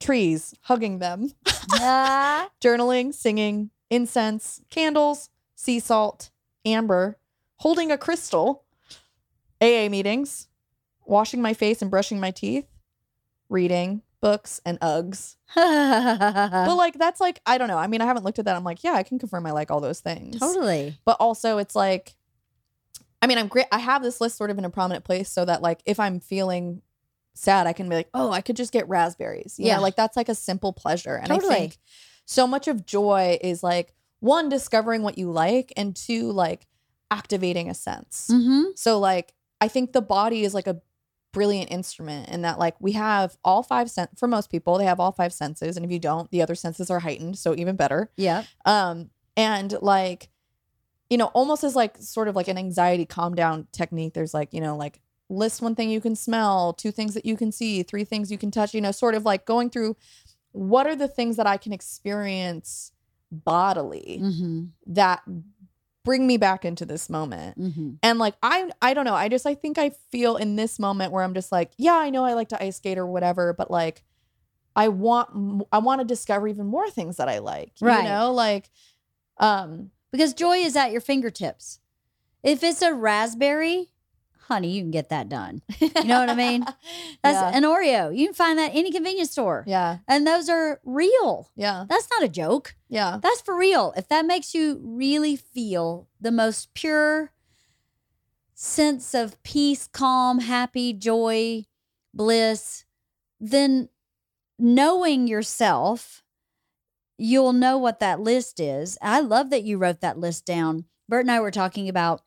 trees, hugging them, Ah, journaling, singing, incense, candles, sea salt, amber, holding a crystal, AA meetings, washing my face and brushing my teeth, reading, books, and Uggs. but like, that's like, I don't know. I mean, I haven't looked at that. I'm like, yeah, I can confirm I like all those things totally. but also it's like i mean i'm great i have this list sort of in a prominent place so that like if i'm feeling sad i can be like oh i could just get raspberries you Yeah. know like that's like a simple pleasure and Totally. i think so much of joy is like one discovering what you like and two like activating a sense Mm-hmm. so like I think the body is like a brilliant instrument in that like we have all five sen for most people they have all five senses and if you don't the other senses are heightened so even better. Yep. Um and like you know almost as like sort of like an anxiety calm down technique there's like you know like list one thing you can smell, two things that you can see, three things you can touch, you know sort of like going through what are the things that I can experience bodily Mm-hmm. that bring me back into this moment Mm-hmm. and like i i don't know i just i think i feel in this moment where i'm just like yeah i know i like to ice skate or whatever but like i want m- i want to discover even more things that i like Right. you know like um Because joy is at your fingertips. If it's a raspberry, honey, you can get that done. You know what I [laughs] mean? That's yeah. an Oreo. You can find that at any convenience store. yeah And those are real. yeah That's not a joke. yeah That's for real. If that makes you really feel the most pure sense of peace, calm, happy, joy, bliss, then knowing yourself, you'll know what that list is. I love that you wrote that list down. Bert and I were talking about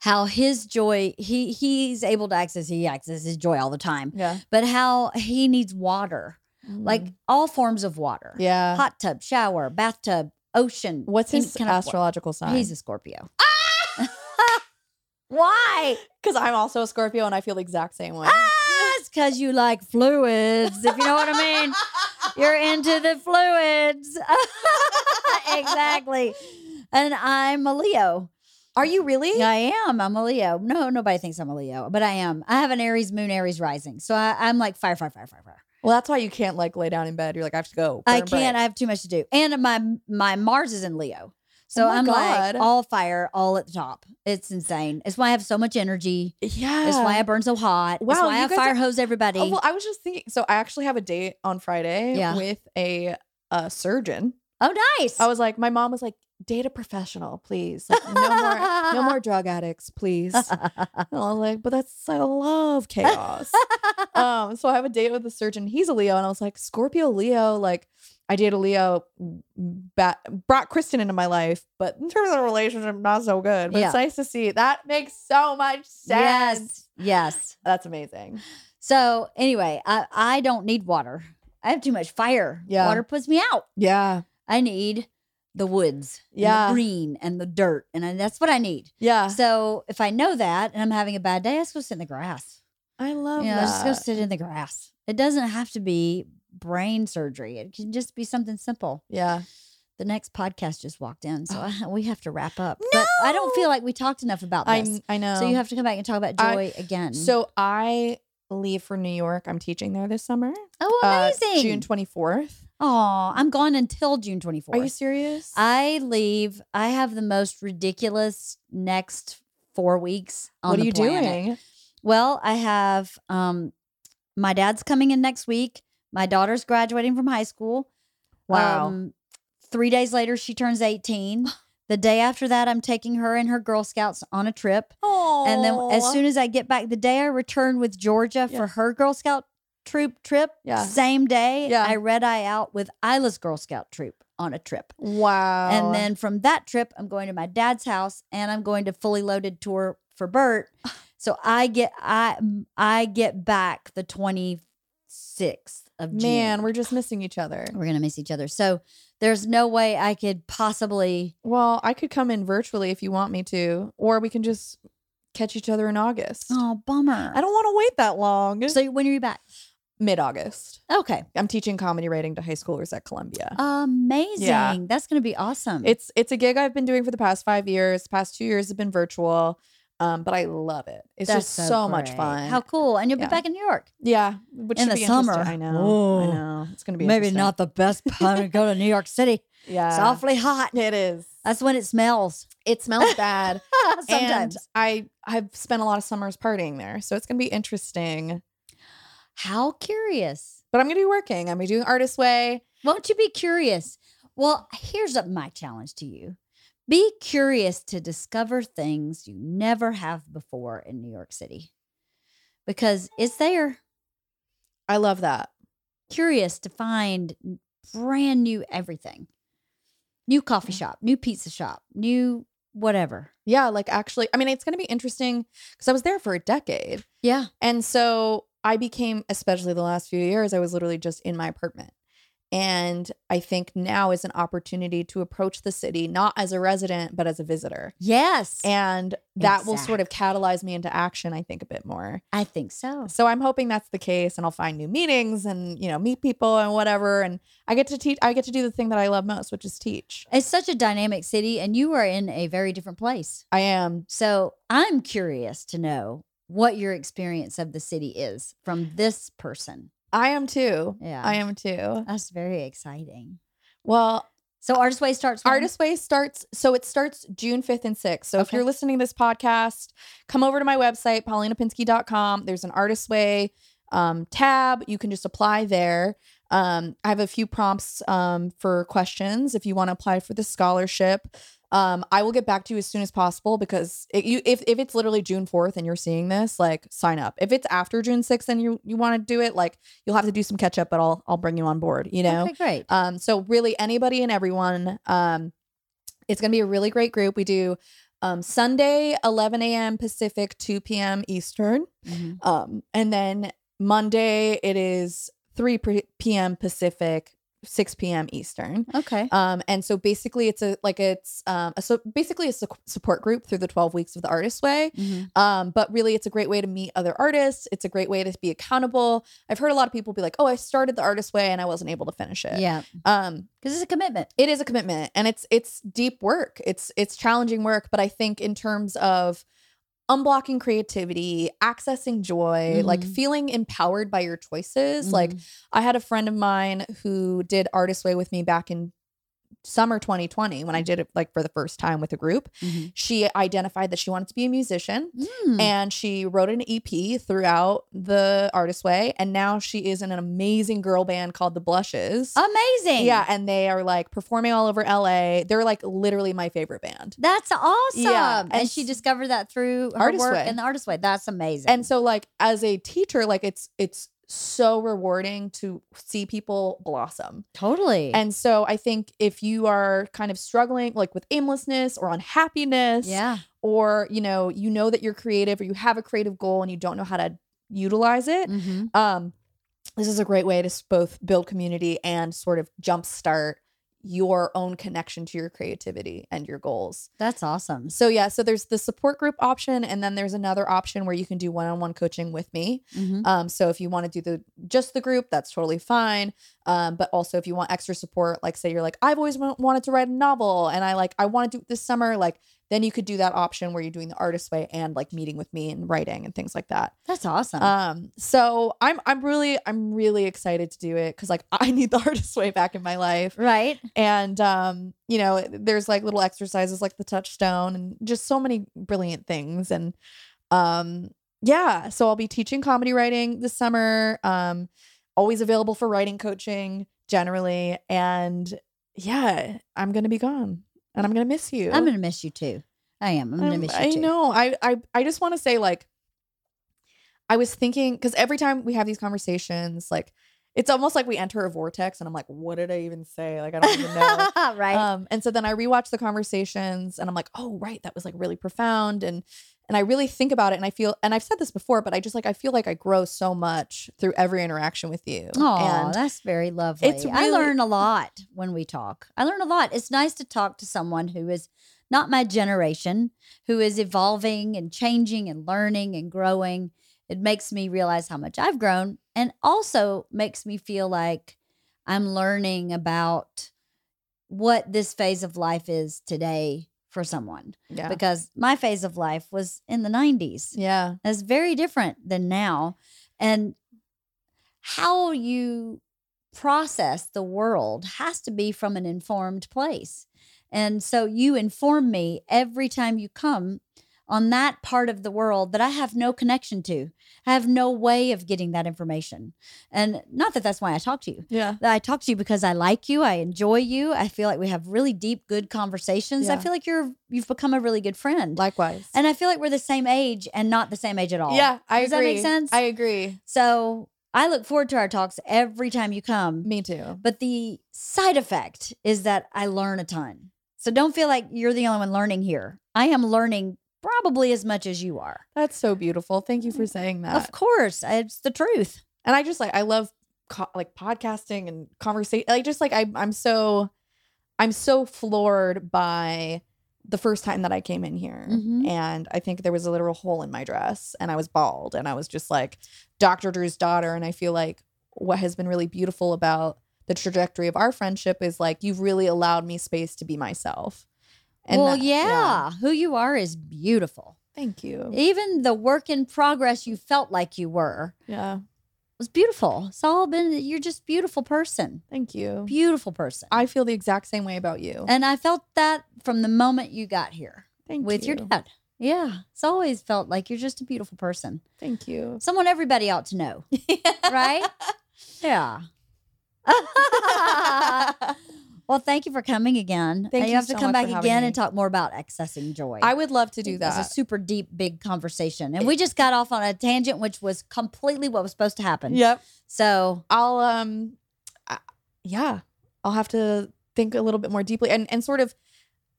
how his joy he he's able to access he accesses joy all the time yeah but how he needs water like all forms of water Mm. Mm-hmm. yeah hot tub, shower, bathtub, ocean. what's any his kind of water. astrological sign He's a [laughs] Scorpio. Why? because i'm also a scorpio and i feel the exact same way Ah, it's because you like fluids, if you know what I mean. [laughs] You're into the fluids. exactly. And I'm a Leo. are you really I am. I'm a Leo. No, nobody thinks I'm a Leo, but I am. I have an Aries moon, Aries rising. So I, I'm like fire, fire, fire, fire, fire. well that's why you can't like lay down in bed you're like i have to go I burn bright. can't. I have too much to do. And my my Mars is in Leo. So Oh my I'm God. like all fire, all at the top. It's insane. It's why I have so much energy. yeah It's why I burn so hot. it's Ah. Wow, why you I guys fire are- hose everybody. Oh, well, I was just thinking. So I actually have a date on Friday Yeah. with a, uh surgeon. oh, nice. [laughs] I was like, my mom was like, date a professional, please. Like, no more, no [laughs] more drug addicts, please. And I was like, but that's I love [laughs] chaos. um, so I have a date with a surgeon. He's a Leo, and I was like, Scorpio Leo, like. I dated a Leo, ba- brought Kristen into my life, but [laughs] in terms of the relationship, not so good. But Yeah. it's nice to see. That makes so much sense. yes. Yes. That's amazing. So anyway, I, I don't need water. I have too much fire. Yeah. Water puts me out. Yeah. I need the woods, and the Yeah. Ah. green, and the dirt, and I, that's what I need. Yeah. So if I know that, and I'm having a bad day, I just go sit in the grass. I love Yeah, that. just go sit in the grass. It doesn't have to be brain surgery. It can just be something simple. Yeah. The next podcast just walked in, so I, [laughs] we have to wrap up. But I don't feel like we talked enough about Oh. I this. I know. So you have to come back and talk about I- joy again. So I leave for New York. I'm teaching there this summer. oh, uh, amazing! June 24th. oh, I'm gone until June 24th. Are you serious? I leave. I have the most ridiculous next four weeks. On what are the you planet. doing? Well, I have um my dad's coming in next week. My daughter's graduating from high school. Wow. Um, Three days later, she turns [gasps] 18. The day after that, I'm taking her and her Girl Scouts on a trip. Oh. And then as soon as I get back, the day I return with Georgia Yeah. for her Girl Scout troop trip, Yeah. same day, Yeah. I red eye out with Isla's Girl Scout troop on a trip. Wow. And then from that trip, I'm going to my dad's house and I'm going to fully loaded tour for [sighs] Bert. So I get I I get back the 26th of June. man, we're just missing each other. we're gonna miss each other. So there's no way I could possibly. Well, I could come in virtually if you want me to, or we can just catch each other in August. Oh, bummer. I don't want to wait that long. So when are you back? Mid August. Okay, I'm teaching comedy writing to high schoolers at Columbia. amazing. That's gonna be awesome. It's it's a gig I've been doing for the past five years. Past two years have been virtual, um, but I love it. It's That's just so, much great. fun. How cool! And you'll Yeah. be back in New York. yeah, which In should the be interesting. summer. I know. I Ooh. know. It's gonna be Maybe interesting. not the best time to go to New York City. Yeah, It's awfully hot. It is. That's when it [laughs] smells. It smells [laughs] bad. Sometimes. And I I've spent a lot of summers partying there, so it's gonna be interesting. How curious. But I'm gonna be working. I'm gonna be doing Artist Way. Won't you be curious? Well, here's up my challenge to you. Be curious to discover things you never have before in New York City. Because it's there. I love that. Curious to find brand new everything. New coffee shop, new pizza shop, new whatever. Yeah, like actually, I mean, it's gonna be interesting because I was there for a decade. Yeah. And so I became, especially the last few years, I was literally just in my apartment. And I think now is an opportunity to approach the city, not as a resident, but as a visitor. Yes. And that will sort of catalyze me into action, I think, a bit more. I think so. So I'm hoping that's the case and I'll find new meetings and, you know, meet people and whatever. And I get to teach, I get to do the thing that I love most, which is teach. It's such a dynamic city, and you are in a very different place. I am. So I'm curious to know what your experience of the city is from this person. I am too. Yeah. I am too. That's very exciting. Well, So Artist Way starts. when? Artist Way starts, so it starts June 5th and 6th. So if Okay. you're listening to this podcast, come over to my website, paulinapinski.com. There's an Artist Way um, tab. You can just apply there. Um, I have a few prompts um, for questions if you want to apply for the scholarship. Um, I will get back to you as soon as possible because it, you, if, if it's literally June 4th and you're seeing this, like sign up. If it's after June 6th and you, you want to do it, like you'll have to do some catch up, but I'll, I'll bring you on board, you know? Okay, great. Um, so really anybody and everyone. Um, it's gonna be a really great group. We do um Sunday, 11 a.m. Pacific, 2 p.m. Eastern. Mhm. Um, and then Monday it is 3 pre- p.m. Pacific, 6 p.m. Eastern. Okay. Um, and so basically it's a like it's um a, so basically a su- support group through the 12 weeks of the artist way. Mhm. Um, but really, it's a great way to meet other artists. It's a great way to be accountable. I've heard a lot of people be like, "Oh, I started the artist way and I wasn't able to finish it." uh, Yeah, Um, because it's a commitment. it is a commitment, and it's it's deep work. It's it's challenging work, but I think in terms of unblocking creativity, accessing joy, like Mhm. feeling empowered by your choices. Like Mhm. I had a friend of mine who did artist way with me back in summer 2020 when I did it like for the first time with a group. Mhm. She identified that she wanted to be a musician Mm. and she wrote an EP throughout the artist way and now she is in an amazing girl band called The Blushes. amazing. Yeah, and they are like performing all over LA. They're like literally my favorite band. That's awesome. Yeah, and, and she s- discovered that through her Artist work Way. in the Artist Way. That's amazing. And so like as a teacher, like it's it's so rewarding to see people blossom. totally. And so I think if you are kind of struggling like with aimlessness or unhappiness yeah, or you know, you know that you're creative or you have a creative goal and you don't know how to utilize it, Mhm. um this is a great way to s- both build community and sort of jumpstart your own connection to your creativity and your goals. that's awesome. So yeah, so there's the support group option and then there's another option where you can do one-on-one coaching with me. Mhm. Um so if you want to do the just the group, that's totally fine. Um but also if you want extra support, like say you're like I've always wa- wanted to write a novel and I like I want to do it this summer, like then you could do that option where you're doing the artist way and like meeting with me and writing and things like that. That's awesome. Um, so I'm I'm really I'm really excited to do it because like [laughs] I need the hardest way back in my life, right? and um, you know, there's like little exercises like the touchstone and just so many brilliant things, and um, yeah. So I'll be teaching comedy writing this summer. Um, always available for writing coaching generally, and yeah, I'm gonna be gone and I'm gonna miss you. I'm gonna miss you too. I am. I'm gonna I'm- miss you I too. know. I I I just want to say like I was thinking because every time we have these conversations, like it's almost like we enter a vortex, and I'm like, what did I even say? Like I don't [laughs] even know. right. Um, and so then I rewatch the conversations, and I'm like, oh right, that was like really profound, and and I really think about it, and I feel, and I've said this before, but I just like I feel like I grow so much through every interaction with you. Oh, and that's very lovely. I really- learn a lot when we talk. I learn a lot. It's nice to talk to someone who is not my generation, who is evolving and changing and learning and growing. It makes me realize how much I've grown and also makes me feel like I'm learning about what this phase of life is today for someone yeah, because my phase of life was in the 90s. yeah, That's very different than now. And how you process the world has to be from an informed place. And so you inform me every time you come on that part of the world that I have no connection to. I have no way of getting that information. And not that that's why I talk to you. yeah, I talk to you because I like you, I enjoy you. I feel like we have really deep good conversations. I Yeah. feel like you're you've become a really good friend. likewise. And I feel like we're the same age and not the same age at all. yeah, I Does that agree. make sense? I agree. So I look forward to our talks every time you come. Me too. But the side effect is that I learn a ton. So don't feel like you're the only one learning here. I am learning probably as much as you are. That's so beautiful. Thank you for saying that. Of course, it's the truth. and I just like I love co- like podcasting and conversation. Like just like I I'm so I'm so floored by the first time that I came in here. Mhm. And I think there was a literal hole in my dress and I was bald and I was just like Dr. Drew's daughter and I feel like what has been really beautiful about the trajectory of our friendship is like you've really allowed me space to be myself. well, that- yeah, who you are is beautiful. Thank you. Even the work in progress you felt like you were Yeah. was beautiful. It's all been, you're just beautiful person, Thank you. beautiful person. I feel the exact same way about you. and I felt that from the moment you got here. Thank with you. your dad. Yeah. It's always felt like you're just a beautiful person. Thank you. Someone everybody ought to [laughs] know, right? Yeah. [laughs] well, thank you for coming again. Thank you, you have to so come much back for having again and me. talk more about accessing joy. I would love to do It was that. a super deep, big conversation. And we just got off on a tangent, which was completely what was supposed to happen. Yep. So, I'll um I, yeah, I'll have to think a little bit more deeply and and sort of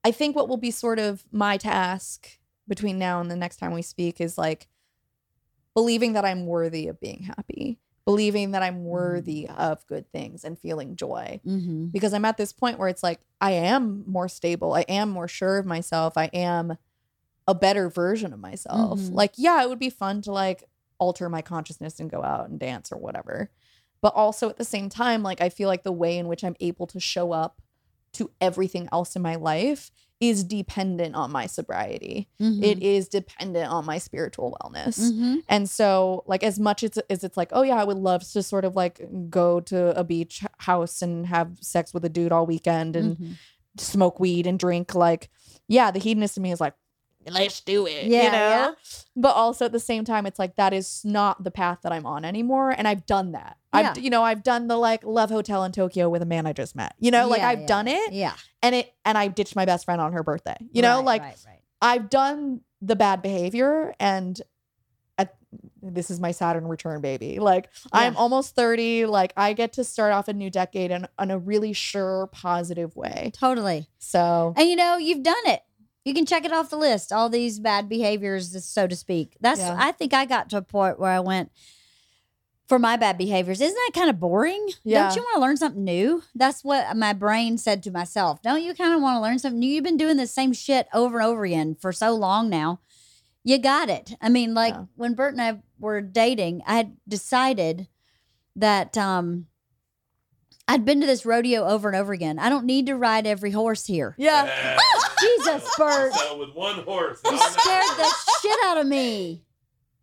I think what will be sort of my task between now and the next time we speak is like believing that I'm worthy of being happy, believing that I'm worthy of good things and feeling joy mhm. because I'm at this point where it's like I am more stable, I am more sure of myself, I am a better version of myself. Mhm. Like, yeah, it would be fun to like alter my consciousness and go out and dance or whatever. But also at the same time, like I feel like the way in which I'm able to show up to everything else in my life is dependent on my sobriety. Mhm. It is dependent on my spiritual wellness. Mhm. And so, like, as much as, as it's like, oh, yeah, I would love to sort of like go to a beach house and have sex with a dude all weekend and Mhm. smoke weed and drink, like, yeah, the hedonist in me is like, let's do it, Yeah, you know? yeah. But also at the same time, it's like, that is not the path that I'm on anymore. And I've done that. I've, Yeah. you know, I've done the like love hotel in Tokyo with a man I just met, you know, like Yeah, I've yeah, done it Yeah. and it, and I ditched my best friend on her birthday, you know, Right, like, right, right. I've done the bad behavior and at, this is my Saturn return baby. Like I'm Yeah. almost 30, like I get to start off a new decade in, in a really sure positive way. Totally. So And you know, you've done it. You can check it off the list. All these bad behaviors, so to speak. That's Yeah. I think I got to a point where I went for my bad behaviors. Isn't that kind of boring? Yeah. Don't you want to learn something new? That's what my brain said to myself. Don't you kind of want to learn something new? You've been doing the same shit over and over again for so long now. You got it. I mean, like Yeah. when Bert and I were dating, I had decided that um I'd been to this rodeo over and over again. I don't need to ride every horse here. [laughs] yeah, Yeah. Jesus, Bert. So with one horse. You scared the shit out of me.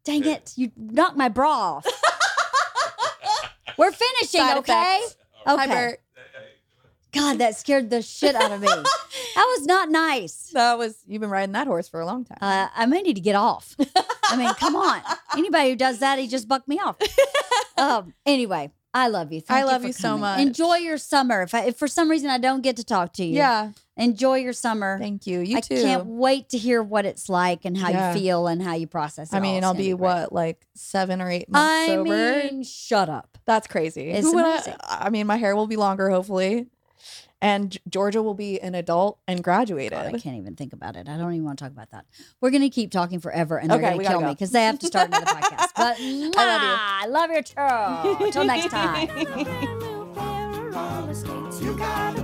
Dang it. You knocked my bra off. We're finishing, Side okay? effects. Oh, Okay. God, that scared the shit out of me. That was not nice. that was you've been riding that horse for a long time. Uh, I may need to get off. I mean, come on. Anybody who does that, he just bucked me off. Um, anyway, I love you. Thank love for you so coming. much. Enjoy your summer. If, I, if for some reason I don't get to talk to you, Yeah. enjoy your summer. Thank you. You I too. can't wait to hear what it's like and how Yeah. you feel and how you process it. I mean, all. I'll It's gonna be great. what, like seven or eight months I sober? mean, shut up. That's crazy. It's Who would amazing. I, I mean, my hair will be longer, hopefully. And G- Georgia will be an adult and graduated. God, I can't even think about it. I don't even want to talk about that. We're going to keep talking forever and they're Okay, going we to gotta kill me go. because they have to start another podcast. [laughs] But I love you. I love your show. Till next time. You gotta Oh,